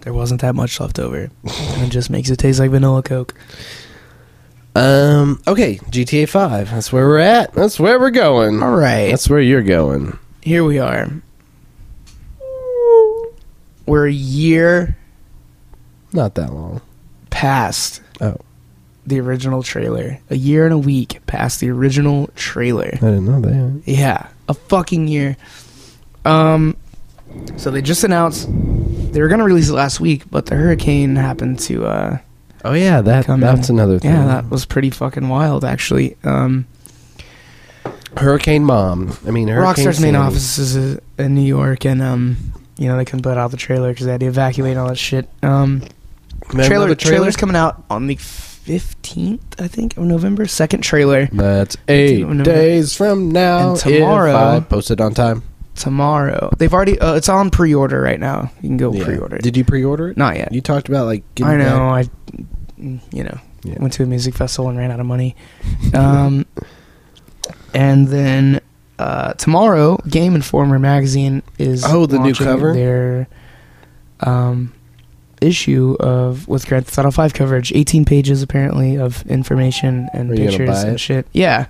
There wasn't that much left over. and it just makes it taste like vanilla Coke. Um, okay, GTA 5. That's where we're at. That's where we're going. All right. That's where you're going. Here we are. We're a year Not that long. past Oh, the original trailer. A year and a week past the original trailer. I didn't know that. Yeah, a fucking year. Um, so they just announced they were gonna release it last week, but the hurricane happened to. Uh, Oh, yeah, that Come that's in. another thing. yeah, that was pretty fucking wild, actually. Um, Hurricane Mom. I mean, Hurricane Rockstar's main Sandy. office is uh, in New York, and um, you know they couldn't put out the trailer because they had to evacuate and all that shit. Um, Remember trailer, the trailer? trailer's coming out on the fifteenth, I think, of November. Second trailer That's eight November. days from now. And tomorrow- if I post it on time. tomorrow. They've already. Uh, it's on pre-order right now. You can go Yeah. pre-order. it. Did you pre-order it? Not yet. You talked about like I back- know. I, you know, Yeah. went to a music festival and ran out of money. Um, and then uh, tomorrow, Game Informer magazine is Oh, the new launching cover? their um, issue of with Grand Theft Auto Five coverage, eighteen pages apparently of information and Are you gonna pictures buy and it? shit. Yeah.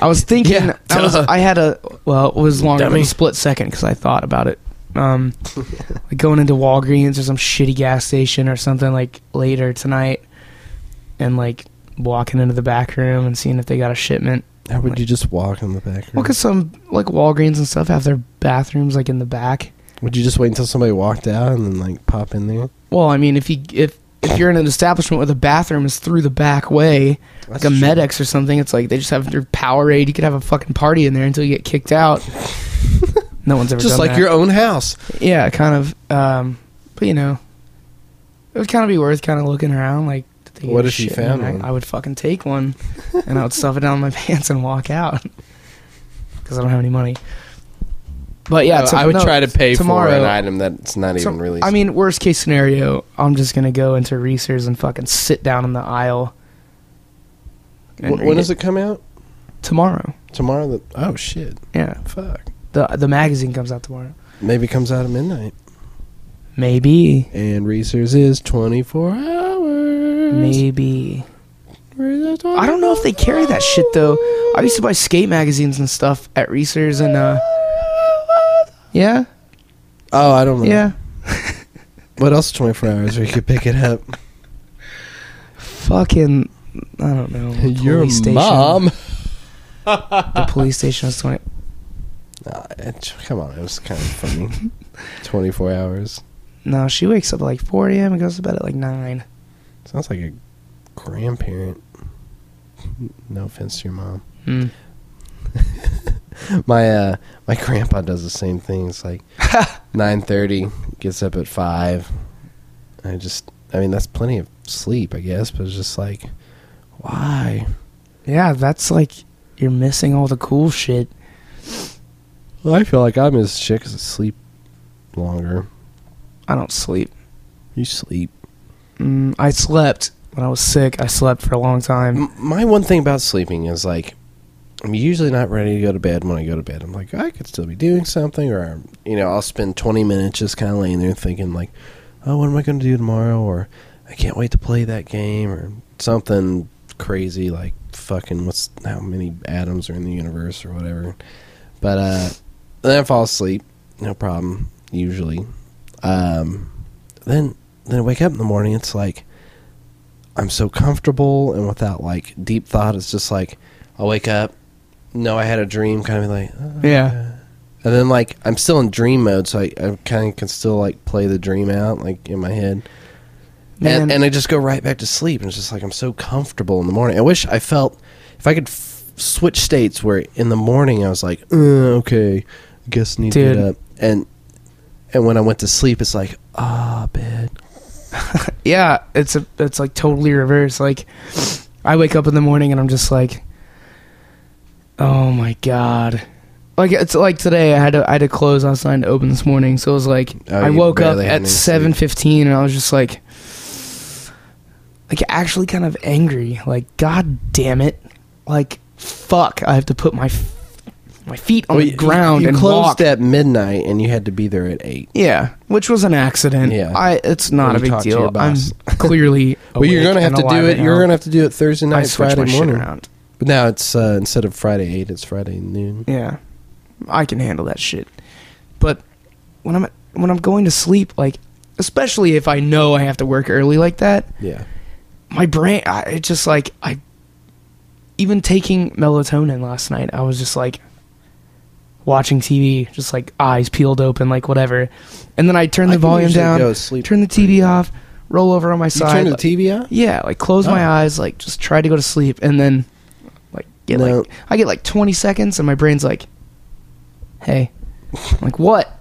I was thinking [laughs] Yeah, I was duh. I had a well it was longer than Dummy. a split second because I thought about it. [laughs] Um, like going into Walgreens or some shitty gas station or something like later tonight, and like walking into the back room and seeing if they got a shipment. How would Like- you just walk in the back? room? Well, cause some like Walgreens and stuff have their bathrooms like in the back. Would you just wait until somebody walked out and then like pop in there? Well, I mean, if you if if you're in an establishment where the bathroom is through the back way, like That's a true. Medex or something, it's like they just have their Powerade. You could have a fucking party in there until you get kicked [laughs] out. no one's ever Just done like that. your own house. yeah, kind of. Um, but you know, it would kind of be worth kind of looking around. Like, did they get What a if you shit? And found I, one? I would fucking take one, and I would stuff it down my [laughs] pants and walk out [laughs] because I don't have any money. But yeah, No, to- Uh, I would no, try to pay for tomorrow- an item that's not so- even released. I mean, worst case scenario, I'm just gonna go into Reese's and fucking sit down in the aisle. and Wh- when read does it come out? Tomorrow. Tomorrow. The- oh shit! Yeah, Fuck. the the magazine comes out tomorrow. Maybe it comes out at midnight. Maybe, And Reese's is twenty four hours. maybe. Reese's I don't know if they carry that shit though. I used to buy skate magazines and stuff at Reese's and uh Yeah? Oh, I don't know. Yeah. What else? Twenty four hours where you could pick it up. Fucking I don't know. the [laughs] Your police station- mom. The police station was twenty Nah, it, come on, it was kind of funny. 24 hours. No, she wakes up at like four AM and goes to bed at like nine. Sounds like a grandparent. No offense to your mom. Mm. My uh, my grandpa does the same thing. It's like 9:30, gets up at 5, I just, I mean, that's plenty of sleep, I guess, but it's just like, why? Yeah, that's like you're missing all the cool shit. Well, I feel like I miss shit because I sleep longer. I don't sleep. You sleep. Mm, I slept when I was sick. I slept for a long time. M- my one thing about sleeping is like, I'm usually not ready to go to bed when I go to bed. I'm like, I could still be doing something, or, you know, I'll spend 20 minutes just kind of laying there thinking, like, oh, what am I going to do tomorrow? Or I can't wait to play that game, or something crazy like fucking what's how many atoms are in the universe or whatever. But uh, then I fall asleep, no problem usually. Um, then then I wake up in the morning. It's like I'm so comfortable and without like deep thought. It's just like I'll wake up, no, I had a dream, kind of like uh, Yeah. and then like I'm still in dream mode, so I, I kind of can still like play the dream out like in my head, Man, and, and I just go right back to sleep. And it's just like I'm so comfortable in the morning. I wish I felt if I could f- switch states where in the morning I was like, uh, okay, I guess I need to Dude. get up, and and when I went to sleep, it's like ah bed. yeah, it's a, it's like totally reverse. Like I wake up in the morning and I'm just like, oh my god. Like it's like today I had to I had to close last night and open this morning, so it was like Oh, I you woke up barely had at any sleep. seven fifteen and I was just like, like actually kind of angry. Like god damn it, like fuck! I have to put my f- my feet on Well, the you- ground You, and walk. closed at midnight, and you had to be there at eight. Yeah, which was an accident. Yeah. I it's not Well, a you big talked to deal. your boss. I'm [laughs] [laughs] clearly. Well, you're awake gonna have and to do alive it. right You're now. gonna have to do it Thursday I night, switched Friday my shit morning. around. But now it's uh, instead of Friday eight, it's Friday noon. Yeah, I can handle that shit. But when I'm when I'm going to sleep, like especially if I know I have to work early like that, Yeah. my brain I, it just like I even taking melatonin last night, I was just like watching TV, just like eyes peeled open, like whatever. And then I turn I the can volume usually down, go to sleep turn the pretty TV off, roll over on my You side. turned the like- TV on? Yeah, like close my Oh. eyes, like just try to go to sleep, and then like get No. like I get like twenty seconds, and my brain's like, "Hey, I'm like what?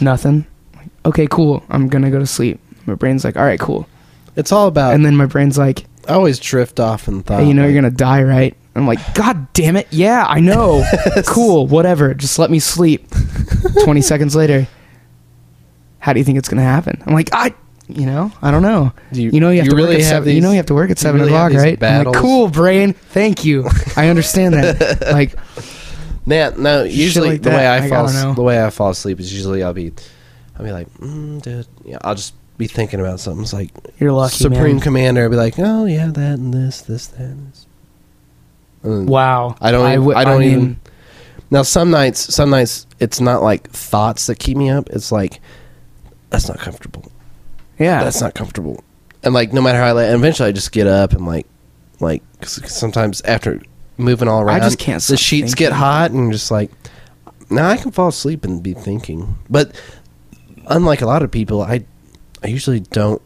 Nothing. Like, okay, cool. I'm gonna go to sleep." My brain's like, "All right, cool," [laughs] It's all about. and then my brain's like, I always drift off in thought. "Hey, you know like, you're gonna die, right?" I'm like, "God damn it! Yeah, I [laughs] know. cool, whatever. Just let me sleep." twenty seconds later, how do you think it's gonna happen? I'm like, I. You know, I don't know. Do You, know you have to work at seven, you know you have to work at you seven really have o'clock, these right? I'm battles. Like, cool brain, thank [laughs] you. I understand that. like Nah, no, usually like the way that, I, like, I fall don't know. the way I fall asleep is usually I'll be I'll be like, mm, dude, yeah, I'll just be thinking about something. It's like you're lucky, Supreme man. Commander. I'll be like, oh yeah, that and this, this, that. And this. And wow, I don't. Even, I, would- don't mean, even. Now some nights, some nights it's not like thoughts that keep me up. It's like that's not comfortable. Yeah, That's not comfortable. And like no matter how I, let, and eventually I just get up and like, like 'cause sometimes after moving all I around, just can't The stop sheets get thinking. hot and just like now I can fall asleep and be thinking, but unlike a lot of people, I I usually don't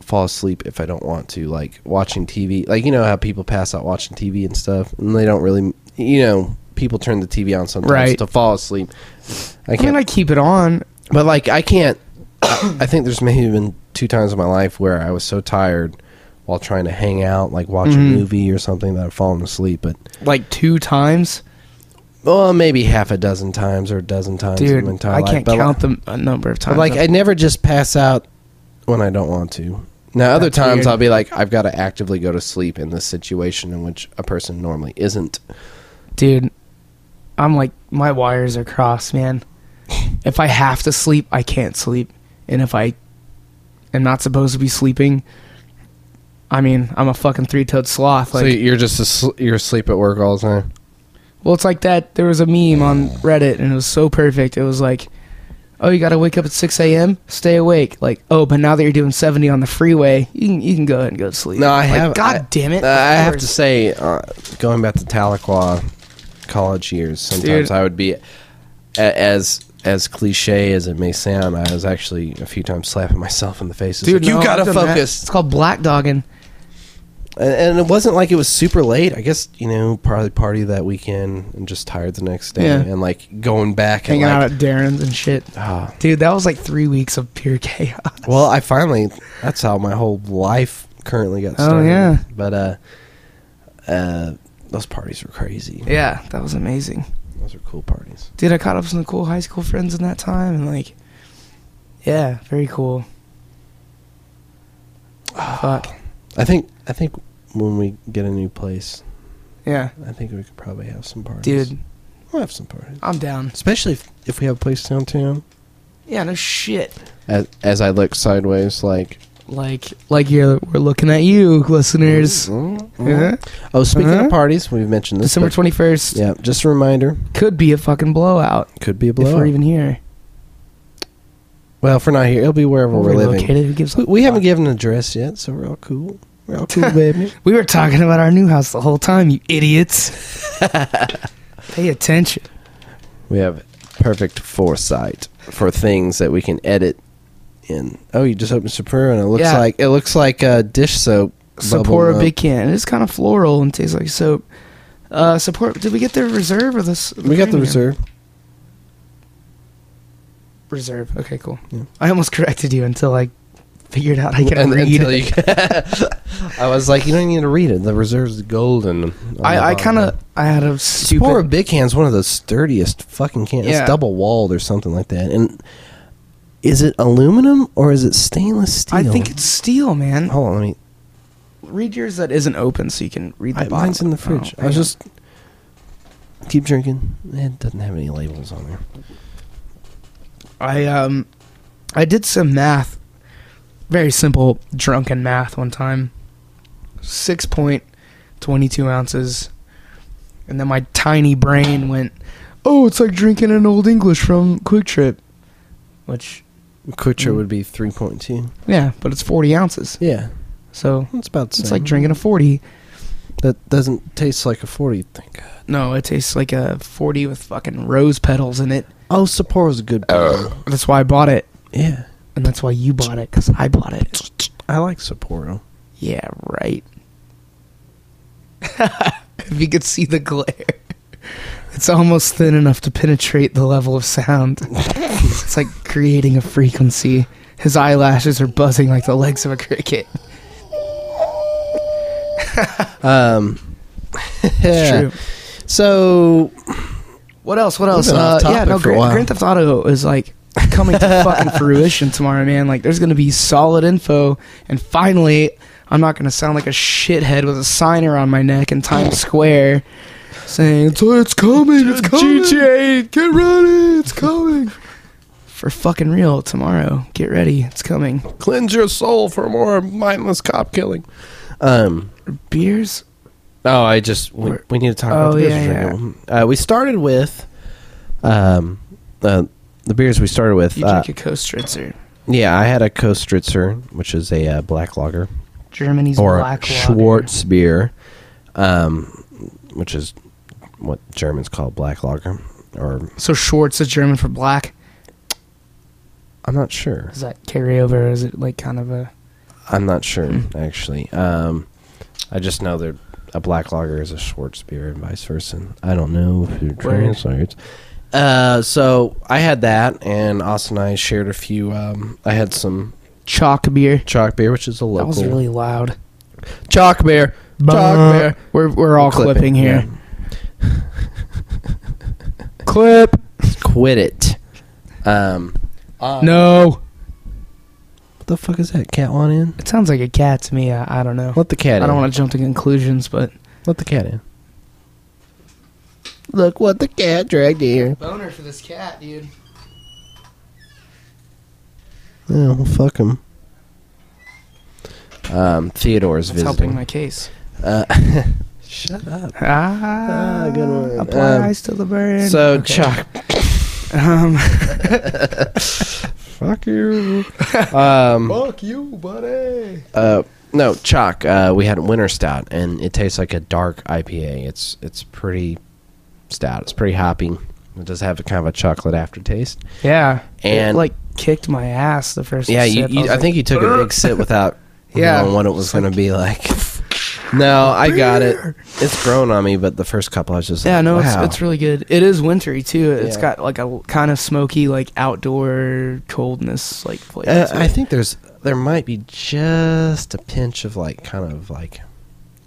fall asleep if I don't want to. Like watching TV, like you know how people pass out watching TV and stuff, and they don't really, you know, people turn the TV on sometimes Right. to fall asleep. I I can't, mean, I keep it on. but like I can't. I think there's maybe been two times in my life where I was so tired while trying to hang out, like watch a Mhm. movie or something, that I've fallen asleep. But Like two times, well, maybe half a dozen times or a dozen times in dude. my entire I life. can't But, like, count the uh, number of But times. like I I've- never just pass out when I don't want to. Now other That's times weird. I'll be like I've got to actively go to sleep in this situation in which a person normally isn't. dude, I'm like my wires are crossed, [laughs] man. if I have to sleep, I can't sleep, and if I am not supposed to be sleeping, I mean, I'm a fucking three-toed sloth. Like, so you're just asl- you're asleep at work all the time. Well, it's like that. There was a meme on Reddit, and it was so perfect. It was like, "Oh, you got to wake up at 6 a.m. Stay awake." Like, "Oh, but now that you're doing 70 on the freeway, you can you can go ahead and go to sleep." No, I Like, have. God I- damn it! I of have to course. say, uh, going back to Tahlequah college years, sometimes Dude. I would be a- as as cliche as it may sound. I was actually a few times slapping myself in the face. It's dude, like, no, you gotta I've done that. focus. It's called black dogging. And, and it wasn't like it was super late. I guess you know probably party that weekend and just tired the next day Yeah. and like going back Hanging and out like, at Darren's and shit. ah. Dude, that was like three weeks of pure [laughs] chaos. well, I finally that's how my whole life currently got Oh, started. yeah. but uh, uh, those parties were crazy. Yeah, that was amazing. Those are cool parties. Dude, I caught up with some cool high school friends in that time and like Yeah, very cool. Fuck. I think I think when we get a new place, Yeah. I think we could probably have some parties. Dude, we'll have some parties, I'm down. especially if, if we have a place downtown. Yeah, no shit. As, as I look sideways, like Like like you're we're looking at you, listeners. Yeah. Oh, speaking Uh-huh. of parties, we've mentioned Mm-hmm. this. December but- twenty first Yeah, just a reminder. could be a fucking blowout Could be a if blowout. we're even here. well, if we're not here, it'll be wherever we're, living. located. Who gives a We, we haven't fuck? given an address yet, so we're all cool. We're [laughs] all cool, baby. We were talking about our new house the whole time, you idiots. [laughs] Pay attention. We have perfect foresight for things that we can edit. In oh, you just opened Sapura and it looks Yeah. like it looks like uh, dish soap. bubbling Sapporo up. Big Can. It's kind of floral and tastes like soap. Uh, support. Did we get the reserve or this? We got the reserve. Reserve. Okay, cool. Yeah. I almost [laughs] corrected you until I figured out I can And- read. until you- [laughs] I was like, you don't need to read it. The reserve's golden. I, I kind of I had a stupid. Spore Big Can's one of the sturdiest fucking cans. Yeah. It's double walled or something like that. And is it aluminum or is it stainless steel? I think it's steel, man. Hold on, let me. Read yours that isn't open, so you can read the I, bottom. mine's in the Oh, fridge. I hang was on. just keep drinking. It doesn't have any labels on there. I um I did some math. Very simple drunken math one time. Six point twenty two ounces. And then my tiny brain went, Oh, it's like drinking an old English from Quick Trip. Which Quicker Mm. would be three point two. yeah, but it's forty ounces. Yeah, So it's about. The it's same. like drinking a forty. that doesn't taste like a forty. Thank God. No, it tastes like a forty with fucking rose petals in it. Oh, Sapporo's a good. beer. That's why I bought it, Yeah, and that's why you bought it, cause I bought it. I like [laughs] Sapporo. Yeah, right. [laughs] if you could see the glare, it's almost thin enough to penetrate the level of sound. it's [laughs] like creating a frequency. His eyelashes are buzzing like the legs of a cricket. Um, It's yeah. true. So What else? What else? been Uh, off yeah, topic no, for a Grand, while. Grand Theft Auto is like coming to [laughs] fucking fruition tomorrow, man. Like, there's going to be solid info. And finally, I'm not going to sound like a shithead with a sign around my neck in Times Square saying, it's, it's coming, it's coming. GTA, get ready, it's coming. For fucking real, tomorrow. Get ready, it's coming. cleanse your soul for more mindless cop killing. Um. Beers? Oh, I just we, Where- we need to talk Oh, about the beers. yeah, we're drinking. Uh, we started with, um, uh, the beers we started with. You uh, drink a Kostritzer. yeah, I had a Kostritzer, which is a uh, black lager Germany's or black lager. Schwartz beer, um, which is what Germans call black lager, or So Schwartz is German for black. I'm not sure. Does that carry over? Or is it like kind of a. I'm not sure Hmm. actually. Um, I just know they're a black lager is a Schwartz beer and vice versa. I don't know if it Word. translates. Uh, so I had that, and Austin and I shared a few. Um, I had some Chalk beer. chalk beer, which is a local That was really loud. chalk beer. Chalk beer. We're we're all clipping, Clipping, here. yeah. Clip. Quit it. Um, no. what the fuck is that cat want in? It sounds like a cat to me. I, I don't know. Let the cat I in. don't want to jump to conclusions, but Let the cat in. Look what the cat dragged here. boner for this cat, dude. Yeah, well, fuck him. Um, Theodore's It's visiting. helping my case. [laughs] uh, shut up. Ah, Ah, good one. Apply Um, ice to the burn. So Okay. chalk. Um, Fuck you. um, Fuck you, buddy. uh, no, chalk. Uh, we had winter stout, and it tastes like a dark IPA. It's it's pretty stout. It's pretty hoppy. It does have a kind of a chocolate aftertaste. Yeah, And- it, like kicked my ass the first. Yeah, you, sip. you, was I like, think you took a big sip without [laughs] Yeah. [laughs] knowing what it was going to be like. No, I got it. It's grown on me, but the first couple I was just Yeah, like, no, wow. it's, it's really good. It is wintry too. It's Yeah. got like a kind of smoky, like outdoor coldness, like flavor. Uh, to I it. think there's there might be just a pinch of like kind of like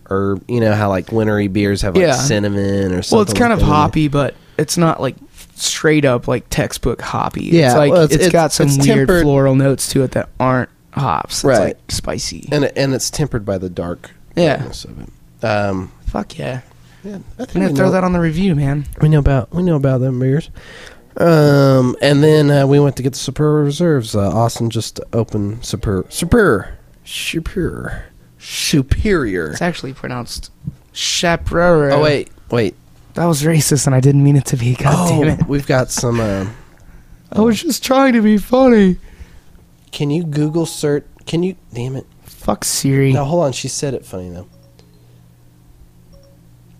herb. You know how like wintry beers have like Yeah. cinnamon or something. well, it's kind like uh, of that in it. hoppy, but it's not like straight up like textbook hoppy. Yeah, it's like well, it's- it's it's- got some it's weird tempered- floral notes to it that aren't hops. It's Right. like spicy. and it, and it's tempered by the dark Yeah. darkness of it. Um, Fuck yeah! yeah, I think I'm we gonna throw know- that on the review, man. We know about we know about them beers. Um, and then uh, we went to get the Superior Reserves. Uh, Austin just opened Superior Superior Superior Superior. It's actually pronounced chaperone. Oh wait, wait. that was racist, and I didn't mean it to be. [laughs] God oh, damn it! we've got some. Uh, I was just trying to be funny. can you Google search? Can you? Damn it! Fuck Siri. No, hold on. She said it funny though.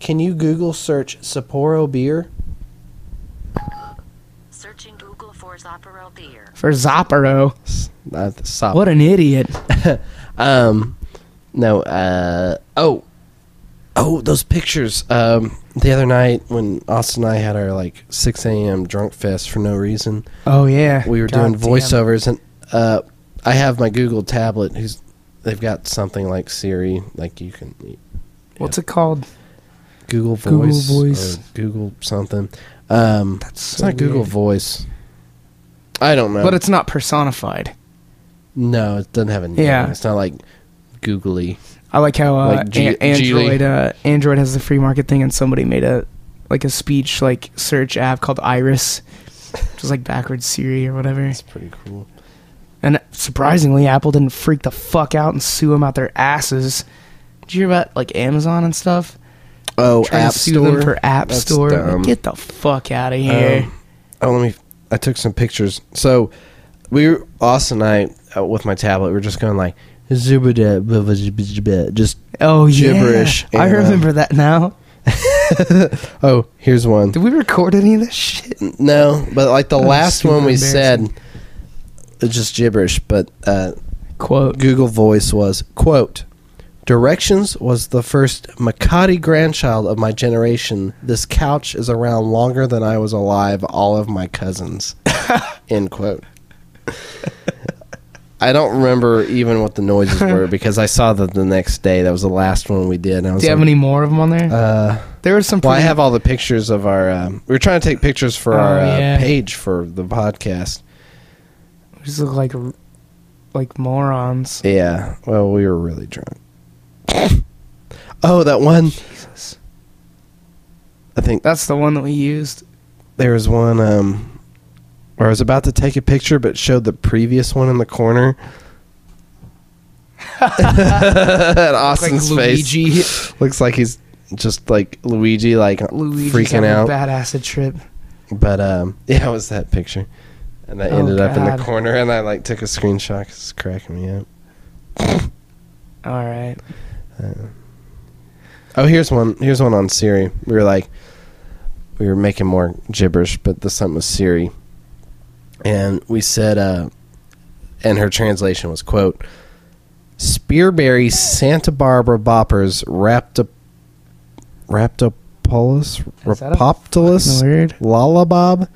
Can you Google search Sapporo beer? Searching Google for Sapporo beer. For Zapparo. S- Not the Sap- What an idiot. Um, no. Uh, oh, oh, those pictures. Um, the other night when Austin and I had our like 6 a.m. drunk fest for no reason, Oh yeah. we were God doing damn. voiceovers, and uh, I have my Google tablet. Who's they've got something like Siri, like you can What's it called? Google Google Voice, Voice. or Google something. Um, That's it's so not Google weird. Voice. I don't know, But it's not personified. no, it doesn't have a name. Yeah. It's not like googly. I like how uh, Like G- An- Geely. Android uh, Android has the free market thing, and somebody made a like a speech like search app called Iris, which is like backwards Siri or whatever. It's pretty cool. And surprisingly, Apple didn't freak the fuck out and sue them out their asses. Did you hear about like Amazon and stuff? Oh, Trying App to sue Store them for App That's Store. Like, dumb. get the fuck out of here. Um, oh, let me. I took some pictures. So we, were, Austin and I, uh, with my tablet, we were just going like just. oh yeah, gibberish, I and, uh, remember that now. Oh, here's one. Did we record any of this shit? No, but like the That was last Oh, super one we said, embarrassing. it's just gibberish. But uh, Quote. Google Voice was quote. Directions was the first Makati grandchild of my generation. This couch is around longer than I was alive. All of [laughs] my cousins. End quote. I don't remember even what [laughs] the noises were because I saw that the next day. That was the last one we did. And I was Do you have like, any more of them on there? uh, there was some. well, I pretty- have all the pictures of our. Um, we were trying to take pictures for Oh, our uh, yeah. page for the podcast. We just look like like morons. Yeah. Well, we were really drunk. [coughs] oh, that one. Jesus. I think That's the one that we used. there was one um, where I was about to take a picture, but showed the previous one in the [laughs] corner. and Austin's face Luigi. [laughs] looks like he's just like Luigi, like Luigi's freaking having out. A bad acid trip. But um, [laughs] yeah, it was that picture, and I Oh, ended up in God. the corner, and I like took a screenshot 'cause it's cracking me up. All right. Oh, here's one. Here's one on Siri. We were like, we were making more gibberish, but this something was Siri, and we said, uh, and her translation was quote, "Spearberry Santa Barbara boppers wrapped up, wrapped up." Is that a Rapoptilus, Weird. Lullabob.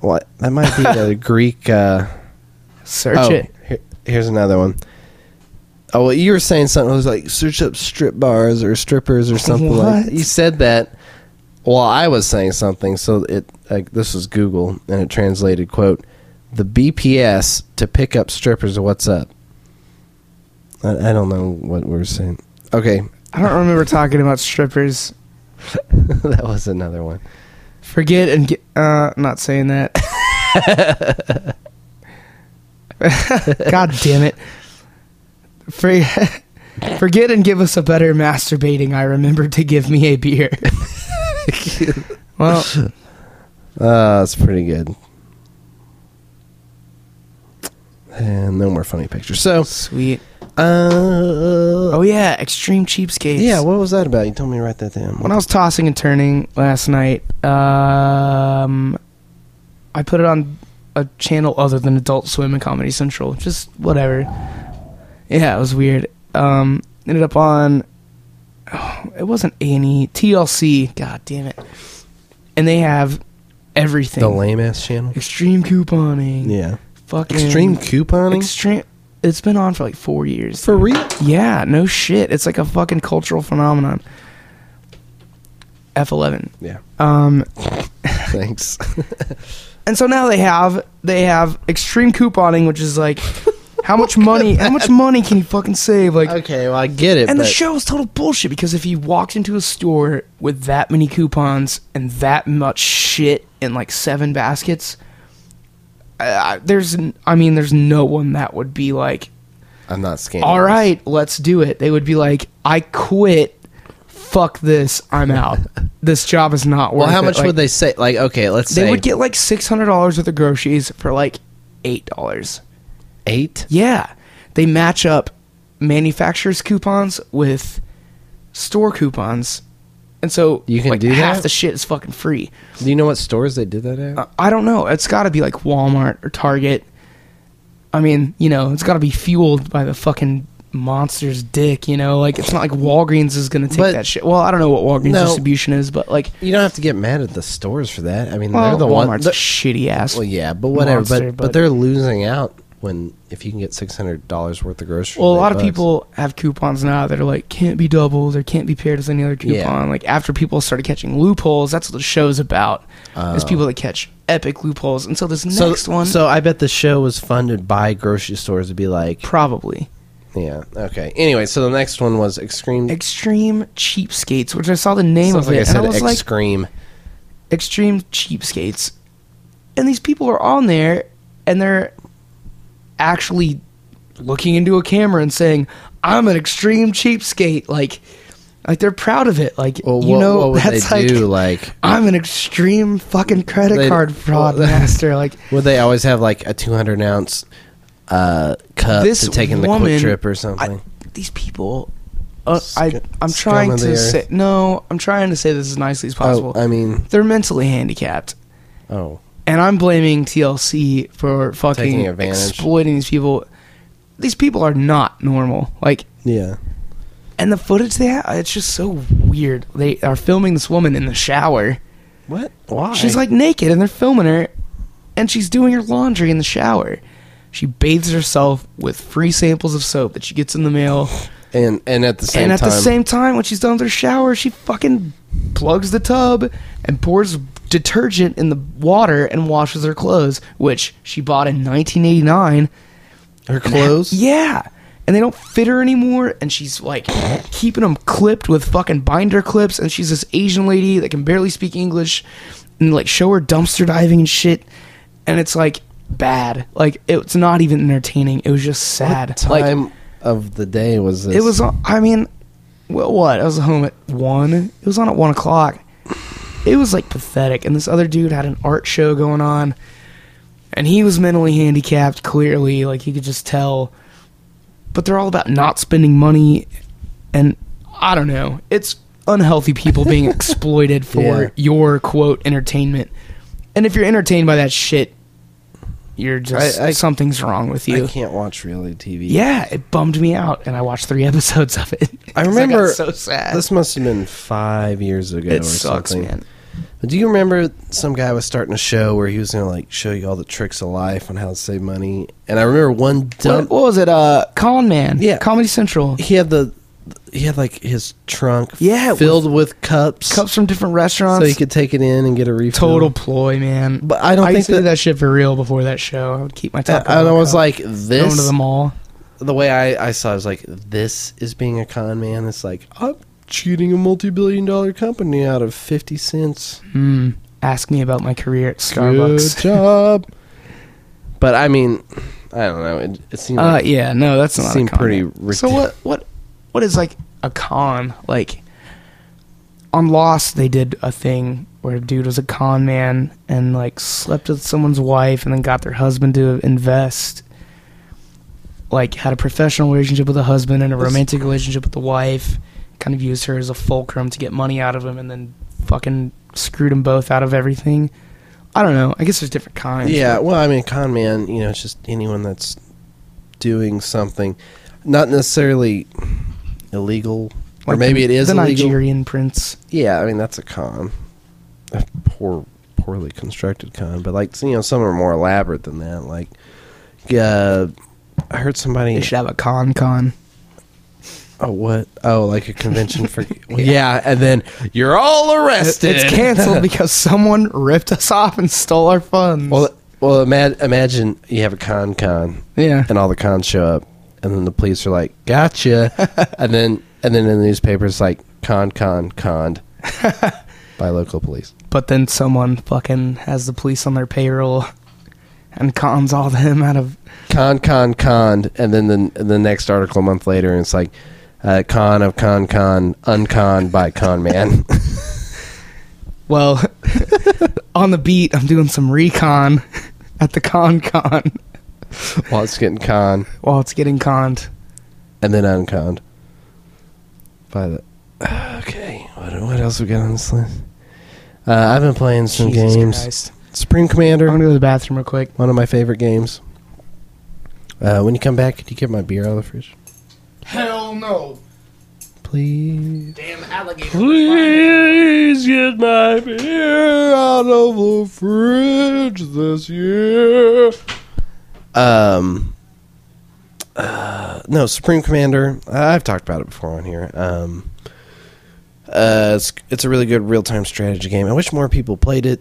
What? That might be [laughs] a Greek. Uh, Search it. here- Oh, here's another one. Oh, well, you were saying something. that was like, search up strip bars or strippers or something like What? You said that while I was saying something. So it like this was Google, and it translated, quote, the BPS to pick up strippers or what's up. I, I don't know what we were saying. Okay, [laughs] I don't remember talking about strippers. that was another one. Forget and get. Uh, not saying that. [laughs] God damn it. For, [laughs] forget and give us a better masturbating. I remember to give me a [laughs] beer. well, Uh, that's pretty good. And no more funny pictures. So, sweet. uh, Oh yeah, extreme cheapskates. Yeah, what was that about? You told me to write that down. When I was tossing and turning last night, um, I put it on a channel other than Adult Swim and Comedy Central. Just whatever. Yeah, it was weird. Um, ended up on [sighs] oh, it wasn't A and E TLC. God damn it! And they have everything. The lame ass channel. Extreme couponing. Yeah. Fucking Extreme couponing. Extreme. It's been on for like four years. For real? yeah, no shit. It's like a fucking cultural phenomenon. F11. Yeah. Um, [laughs] [laughs] Thanks. and so now they have they have extreme couponing, which is [laughs] like, how much money? How much money can you fucking save? Like, okay, well I get it. and the but- show is total bullshit because if you walked into a store with that many coupons and that much shit in like seven baskets, uh, there's n- I mean there's no one that would be like, I'm not scamming. all right, let's do it. They would be like, I quit. Fuck this. I'm [laughs] out. this job is not worth Well, how it." much Like, would they say? Like, okay, let's say They would get like six hundred dollars worth of groceries for like eight dollars. eight. Yeah, they match up manufacturers' coupons with store coupons, and so You can like do half that? the shit is fucking free. Do you know what stores they did that at? Uh, I don't know. It's got to be like Walmart or Target. I mean, you know, it's got to be fueled by the fucking monster's dick. You know, like it's not like Walgreens is gonna take But- that shit. Well, I don't know what Walgreens No. distribution is, but like, you don't have to get mad at the stores for that. I mean, well, they're the Walmart's one. a the- shitty ass. well, yeah, but whatever. monster, but, but but- they're losing out when if you can get six hundred dollars worth of groceries. Well, a for lot of bucks. people have coupons now that are like can't be doubled or can't be paired with any other coupon. Yeah. Like after people started catching loopholes, that's what the show's about. is people that catch epic loopholes, and so this Oh. So, next one So I bet the show was funded by grocery stores to be like, probably yeah, okay. Anyway, so the next one was Extreme. extreme cheapskates, which I saw the name sounds of like it, I and I said, was like Extreme. extreme cheapskates, and these people are on there and they're actually looking into a camera and saying, "I'm an extreme cheapskate," like. Like they're proud of it. Like Well, you what- know, what would that's they like, do? Like, I'm an extreme fucking credit They- card [laughs] fraud well, master. Like would they always have like a two hundred ounce uh, cup this to take in the woman, quick trip or I- something? these people. Uh, I Sc- I'm scum trying of the to earth. say no. I'm trying to say this as nicely as possible. oh, I mean, They're mentally handicapped, oh, and I'm blaming TLC for fucking Taking advantage. exploiting these people. These people are not normal. Like yeah. and the footage they have, it's just so weird. They are filming this woman in the shower. What? Why? She's like naked and they're filming her and she's doing her laundry in the shower. She bathes herself with free samples of soap that she gets in the mail. and and at the same and at time, the same time when she's done with her shower, she fucking plugs the tub and pours detergent in the water and washes her clothes, which she bought in 1989. her clothes. Yeah. And they don't fit her anymore, and she's like [laughs] keeping them clipped with fucking binder clips. And she's this Asian lady that can barely speak English, and like show her dumpster diving and shit. And it's like bad. Like it's not even entertaining. It was just sad. What Like time of the day was this? it was. on- I mean, well, what? I was home at one. It was on at one o'clock. It was like pathetic. And this other dude had an art show going on, and he was mentally handicapped. Clearly, like you could just tell. But they're all about not spending money, and I don't know. It's unhealthy people [laughs] being exploited for Yeah. your quote entertainment. And if you're entertained by that shit, you're just I- something's wrong with you. I can't watch reality TV. Yeah, it bummed me out, and I watched three [laughs] episodes of it. [laughs] I 'Cause got remember so sad. This must have been five years ago. or it sucks, something. man. But do you remember some guy was starting a show where he was gonna like show you all the tricks of life on how to save money? And I remember one dumb. What, what was it? Uh, Con Man. Yeah. Comedy Central. He had the he had like his trunk Yeah, it filled with cups Cups from different so restaurants. he could take it in and get a refill. total ploy, man. But I don't I think used to do that. that shit for real before that show. I would keep my top. and I was like, this going to the mall. the way I, I saw it was like this is being a con man it's like i'm cheating a multi-billion dollar company out of 50 cents Mm, ask me about my career at Starbucks. good job but i mean i don't know it, it seemed Uh, like yeah, no, that's not. seemed a con. pretty So ridiculous. what? What? What is like a con? Like on Lost, they did a thing where a dude was a con man and like slept with someone's wife and then got their husband to invest. Like had a professional relationship with a husband and a romantic relationship with the wife. Kind of used her as a fulcrum to get money out of him and then fucking screwed them both out of everything. I don't know. I guess there's different kinds. yeah well i mean con man you know it's just anyone that's doing something not necessarily illegal Or maybe it is the illegal. Nigerian prince. Yeah, I mean that's a con. A poor, poorly constructed con. But like you know, some are more elaborate than that. Like, uh, I heard somebody. They should have a con con. Oh what? Oh, like a [laughs] convention for yeah. and then you're all arrested. It's [laughs] canceled because someone ripped us off and stole our funds. well, well, ima- imagine you have a con con, yeah. and all the cons show up, and then the police are like, [laughs] "Gotcha," and then and then in the newspaper it's like con con [laughs] conned by local police. But then someone fucking has the police on their payroll and cons all them out of con con con and then the, the next article a month later and it's like uh, con of con con uncon by [laughs] con man [laughs] well [laughs] on the beat I'm doing some recon [laughs] at the con con [laughs] while it's getting con while it's getting conned. and then unconned by the [sighs] okay what, what else we got on this list uh, i've been playing some Jesus games Christ. supreme I'm gonna commander go to the bathroom real quick. one of my favorite games uh, when you come back could you get my beer out of the fridge Hell no. please Damn alligator. [laughs] Please get my beer out of the fridge this year. Um, uh, no, Supreme Commander. I've talked about it before on here. Um, uh, it's it's a really good real time strategy game. I wish more people played it.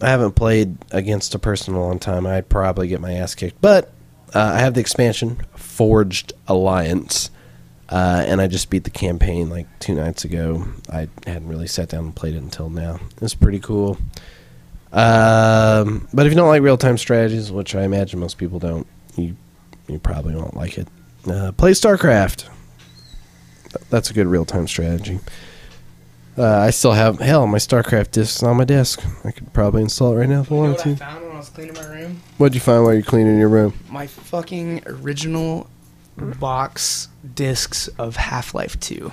I haven't played against a person in a long time. I'd probably get my ass kicked, but uh, I have the expansion Forged Alliance uh, and I just beat the campaign like two nights ago. I hadn't really sat down and played it until now. It's pretty cool. Um, but if you don't like real time strategies, which I imagine most people don't, you you probably won't like it. Uh, play StarCraft. Th- That's a good real time strategy. Uh, I still have hell my StarCraft disc is on my desk. I could probably install it right now if I You know wanted what I to. found when I was cleaning my room? What'd you find while you're cleaning your room? My fucking original box discs of Half Life 2.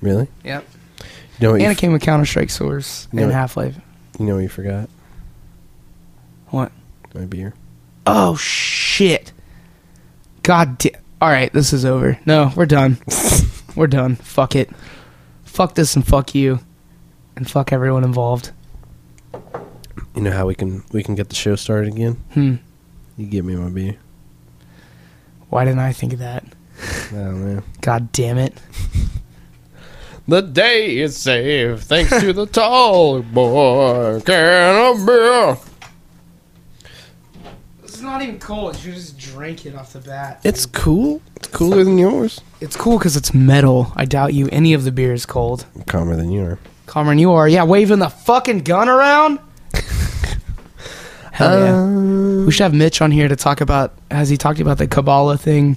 Really? Yep. You know what? And You, it f- came with Counter Strike Source Yeah. and Half Life. you know what you forgot? What? My beer. Oh shit! God damn! All right, this is over. No, we're [laughs] done. we're done. Fuck it. Fuck this and fuck you, and fuck everyone involved. You know how we can we can get the show started again? Hmm. You give me my beer. Why didn't I think of that? I don't know. God damn it! The day is saved thanks to the tall boy can of beer. It's not even cold. You just drink it off the bat. It's cool. It's cooler than yours. It's cool because it's metal. I doubt you any of the beer is cold. Calmer than you are. Cameron, you are. Yeah, waving the fucking gun [laughs] around. Hell Uh, yeah. Um, We should have Mitch on here to talk about. Has he talked about the Kabbalah thing?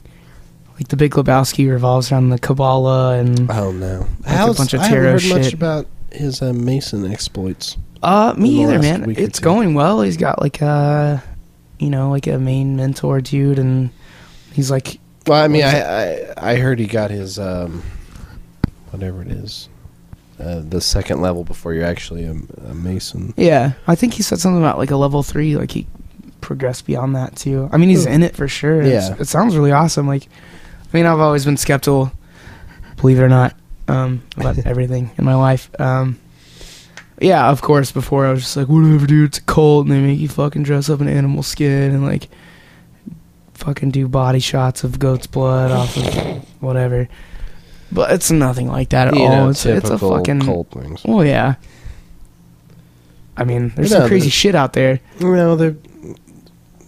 Like the Big Lebowski revolves around the Kabbalah and Oh no! How's- bunch of I haven't tarot heard much shit. about his uh, Mason exploits. uh me In the either, last man. week or It's two. going well. He's got like a you know like a main mentor dude, and he's like Well, I mean, I, I I heard he got his um, whatever it is, uh, the second level before you're actually a, a Mason. yeah. I think he said something about like a level three. Like he progressed beyond that too. I mean, he's Hmm. in it for sure. It's- Yeah. it sounds really awesome. Like I mean, I've always been skeptical, believe it or not, um, [laughs] about everything in my life. Um, yeah, of course. Before I was just like, whatever, dude. It's cold, and they make you fucking dress up in animal skin and like fucking do body shots of goat's blood off of whatever. But it's nothing like that at You all. know, it's, it's a typical fucking. cult things. Oh yeah. I mean, there's No, some crazy there's- shit out there, You know, they're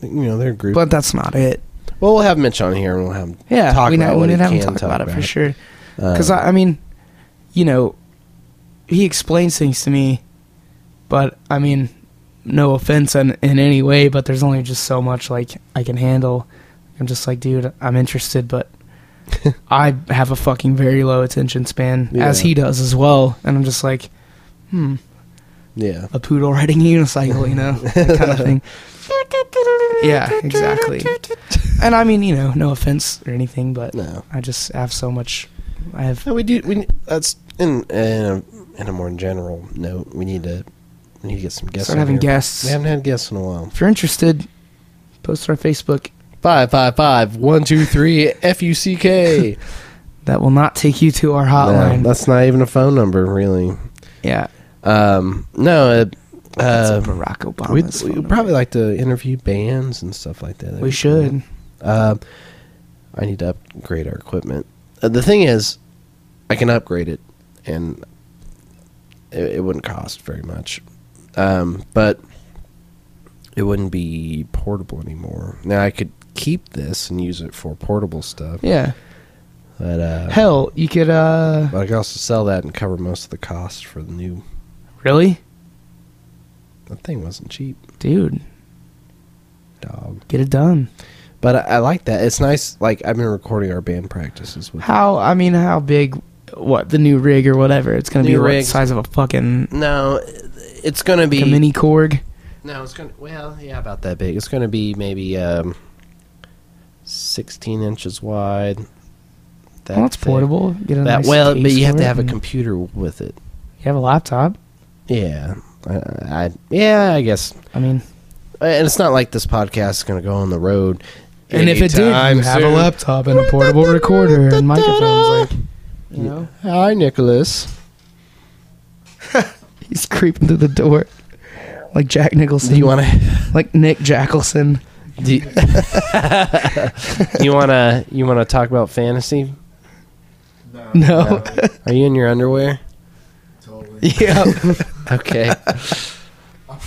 you know they're a group. but that's not it. well, we'll have Mitch on here and we'll have him Yeah, talk Uh, we, about know, what we he didn't have him can talk, about, it for sure. Because because I, I mean, you know, he explains things to me, but I mean, no offense in, in any way, but there's only just so much like I can handle. I'm just like, dude, I'm interested, but I have a fucking very low attention span, as Yeah. he does as well, and I'm just like, hmm, [laughs] yeah, a poodle riding a unicycle, you know, that kind of thing. [laughs] yeah, exactly. And I mean, you know, no offense or anything, but no, I just have so much. I have no, we do. We that's in in a, in a more general note. We need to we need to get some guests. start on having here. guests. We haven't had guests in a while. If you're interested, post to our Facebook. Five five five one two three F U C K. that will not take you to our [laughs] No, hotline. that's not even a phone number, really. yeah, Um, no, uh, that's uh, Barack we'd, Obama's. phone we'd number. probably like to interview bands and stuff like that. That'd we be cool. should. Uh, I need to upgrade our equipment. Uh, the thing is, I can upgrade it, and it, it wouldn't cost very much. Um, but it wouldn't be portable anymore. Now I could keep this and use it for portable stuff. Yeah. But uh, Hell, you could. uh but I could also sell that and cover most of the cost for the new. Really, That thing wasn't cheap, dude, dog. get it done. But I, I like that. It's nice. Like I've been recording our band practices with. How? I mean, how big? What the new rig or whatever? It's gonna be New what rig. size of a fucking No, it's gonna be like a mini Korg? No, it's gonna. Well, yeah, about that big. It's gonna be maybe um, sixteen inches wide. That Well, that's thick. portable. Get a That nice well, but case you have for to it have a and- computer with it. You have a laptop. Yeah, I, I yeah, I guess. I mean, And it's not like this podcast is gonna go on the road. and if it did, you anytime have a soon. laptop and a portable recorder [laughs] and microphones. Like, you know, Hi, Nicholas. he's creeping through the door like Jack Nicholson. Do you want to? like Nick Jackelson? Do you, [laughs] you want to? You want to talk about fantasy? No. Are you in your underwear? Totally. [laughs] yeah. [laughs] Okay. I've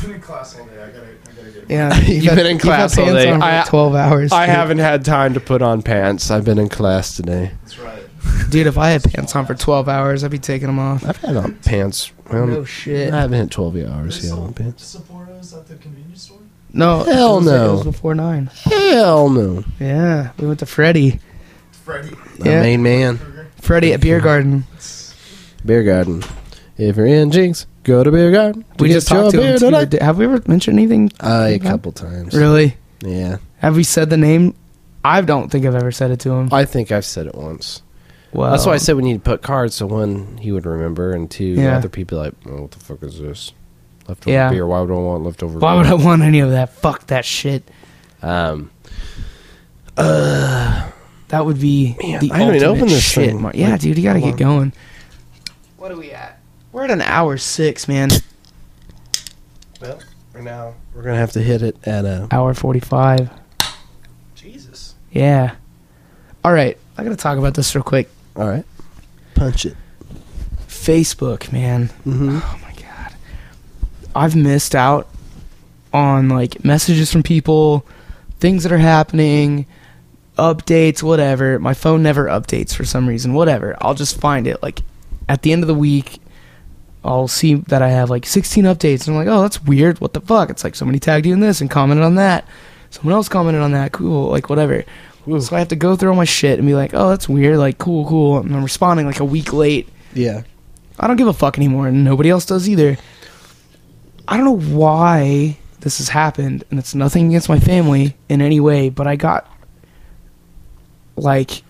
been in class all day. I gotta, I gotta get. Yeah. You've been in class all pants day. on for I- like Twelve hours. I dude. haven't had time to put on pants. I've been in class today. That's right. Dude, if I had pants on for twelve hours, I'd be taking them off. I've had on pants. Well, No shit. I haven't hit 12 hours They yet sold on pants. Sapporos at the convenience store. No. it Hell was- no. It was before nine. Hell no. Yeah, we went to Freddy. Freddy The Yeah. main man. Krueger. Freddy at Beer Garden. Beer Garden. If you're in Jinx, go to Beer Garden. We get just your talked to beer him. too. tonight. Did- Have we ever mentioned anything? Uh, a couple times. Really? Yeah. Have we said the name? I don't think I've ever said it to him. I think I've said it once. Well, That's why I said we need to put cards so one, he would remember, and two, Yeah. other people like, oh, what the fuck is this? Leftover Yeah. beer. Why would I want leftover Why beer? would I want any of that? Fuck that shit. [laughs] Um, uh, That would be Man, the I haven't even ultimate opened this shit. thing. Mar- Yeah, Like, dude, you gotta hold get going. What are we at? We're at an hour six, man. well, right now, we're going to have to hit it at a. Hour forty-five. Jesus. Yeah. All right, I gotta talk about this real quick. All right. Punch it. Facebook, man. Mm-hmm. Oh my god, I've missed out on like messages from people, things that are happening, updates, whatever. My phone never updates for some reason. Whatever, I'll just find it. Like at the end of the week, I'll see that I have like 16 updates, and I'm like, oh, that's weird. What the fuck? It's like somebody tagged you in this and commented on that. Someone else commented on that. Cool. Like whatever. So I have to go through all my shit and be like, oh, that's weird. Like cool, cool. And I'm responding like a week late. Yeah. I don't give a fuck anymore, and nobody else does either. I don't know why this has happened, and it's nothing against my family in any way, but I got like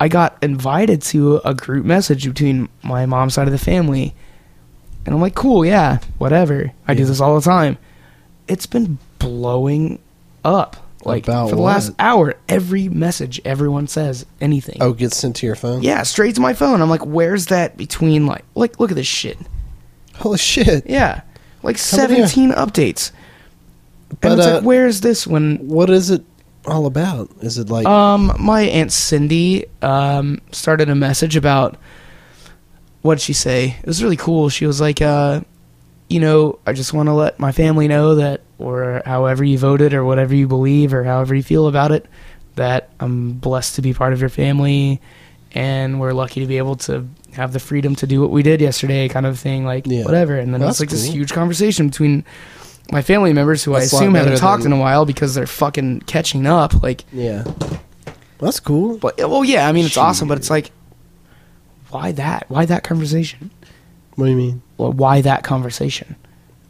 I got invited to a group message between my mom's side of the family, and I'm like, cool, yeah, whatever. I do Yeah. this all the time. It's been blowing up. Like About for the what? last hour, every message everyone says anything. Oh, gets sent to your phone? Yeah, straight to my phone. I'm like, where's that between like like look at this shit. Holy shit. Yeah. Like Come in here. seventeen updates. And But, it's uh, like, where's this when What is it all about? Is it like. um my Aunt Cindy um started a message about what did she say? It was really cool. She was like, uh, you know, I just wanna let my family know that or however you voted or whatever you believe or however you feel about it, that I'm blessed to be part of your family and we're lucky to be able to have the freedom to do what we did yesterday kind of thing like Yeah. whatever and then Well, it's like that's this cool. huge conversation between my family members who That's I a lot assume haven't better talked than- in a while because they're fucking catching up like yeah. That's cool. but oh, well yeah I mean it's awesome but Shit. it's like why that why that conversation What do you mean? well, why that conversation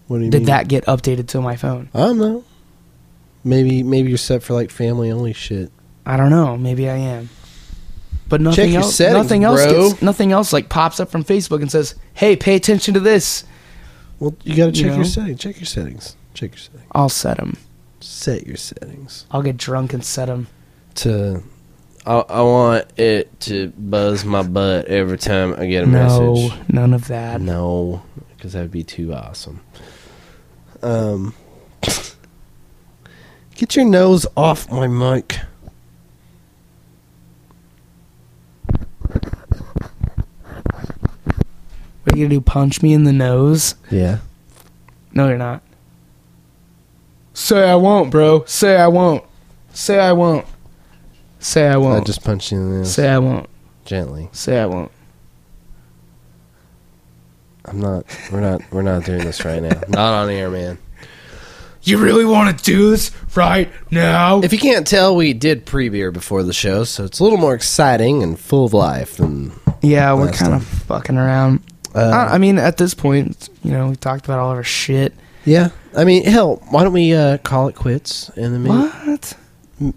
What do you did mean? that get updated to my phone I don't know. Maybe maybe you're set for like family only shit. I don't know maybe I am but nothing your else settings, nothing else bro. gets, nothing else like pops up from Facebook and says hey pay attention to this Well, you gotta check You know? your settings. Check your settings. Check your settings. I'll set them Set your settings I'll get drunk and set them to I, I want it to buzz my butt every time I get a no, message. none of that. No, because that'd be too awesome. Um, [coughs] get your nose off my mic. What are you gonna do? Punch me in the nose? Yeah. No, you're not. Say I won't, bro. Say I won't. Say I won't. Say I I won't. just punched you in the nose Say I won't. gently. Say I won't. I'm not. We're not. We're not doing this right now. Not on air, man. You really want to do this right now? If you can't tell, we did pre-beer before the show, so it's a little more exciting and full of life than. yeah, we're Last kind time. of fucking around. Uh, I, I mean, at this point, you know, we talked about all of our shit. yeah. I mean, hell, why don't we uh, call it quits and then maybe, What?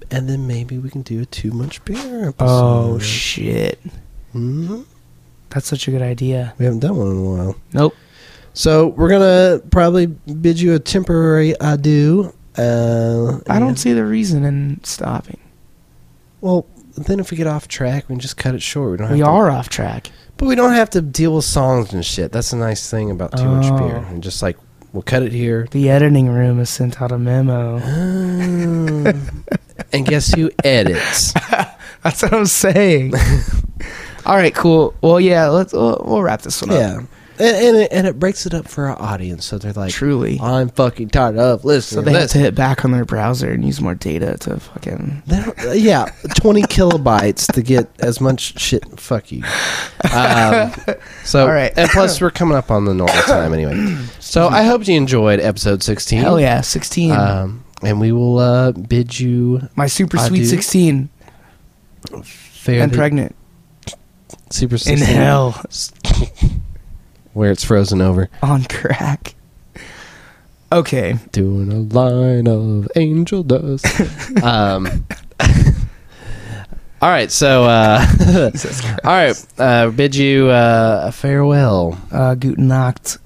and then maybe we can do a too much beer. Episode. Oh shit! Mhm. That's such a good idea. we haven't done one in a while. Nope. So we're gonna probably bid you a temporary adieu. Uh, I don't and- see the reason in stopping. Well, then if we get off track, we can just cut it short. We don't. We have are off track. to, but we don't have to deal with songs and shit. That's the nice thing about too much beer. Oh. And just like we'll cut it [laughs] here. The editing room has sent out a memo. [laughs] and guess who edits? That's what I'm [laughs] saying. All right, cool. Well, yeah, let's we'll, we'll wrap this one yeah, up. [laughs] and and it, and it breaks it up for our audience. So they're like, Truly. I'm fucking tired of So listening. they have this. to hit back on their browser and use more data to fucking. They don't- uh, yeah, 20 kilobytes to get as much shit. Fuck you. [laughs] Um, so, All right. and plus, we're coming up on the normal time anyway. [laughs] So, I hope you enjoyed episode 16. Hell yeah, sixteen. Um, and we will uh, bid you My super I sweet do. sixteen fairly and pregnant super in 16, hell [laughs] [laughs] where it's frozen over. on crack. Okay, Doing a line of angel dust. [laughs] um, all right, so [laughs] uh, all right, uh, bid you uh, a farewell. uh, guten nacht.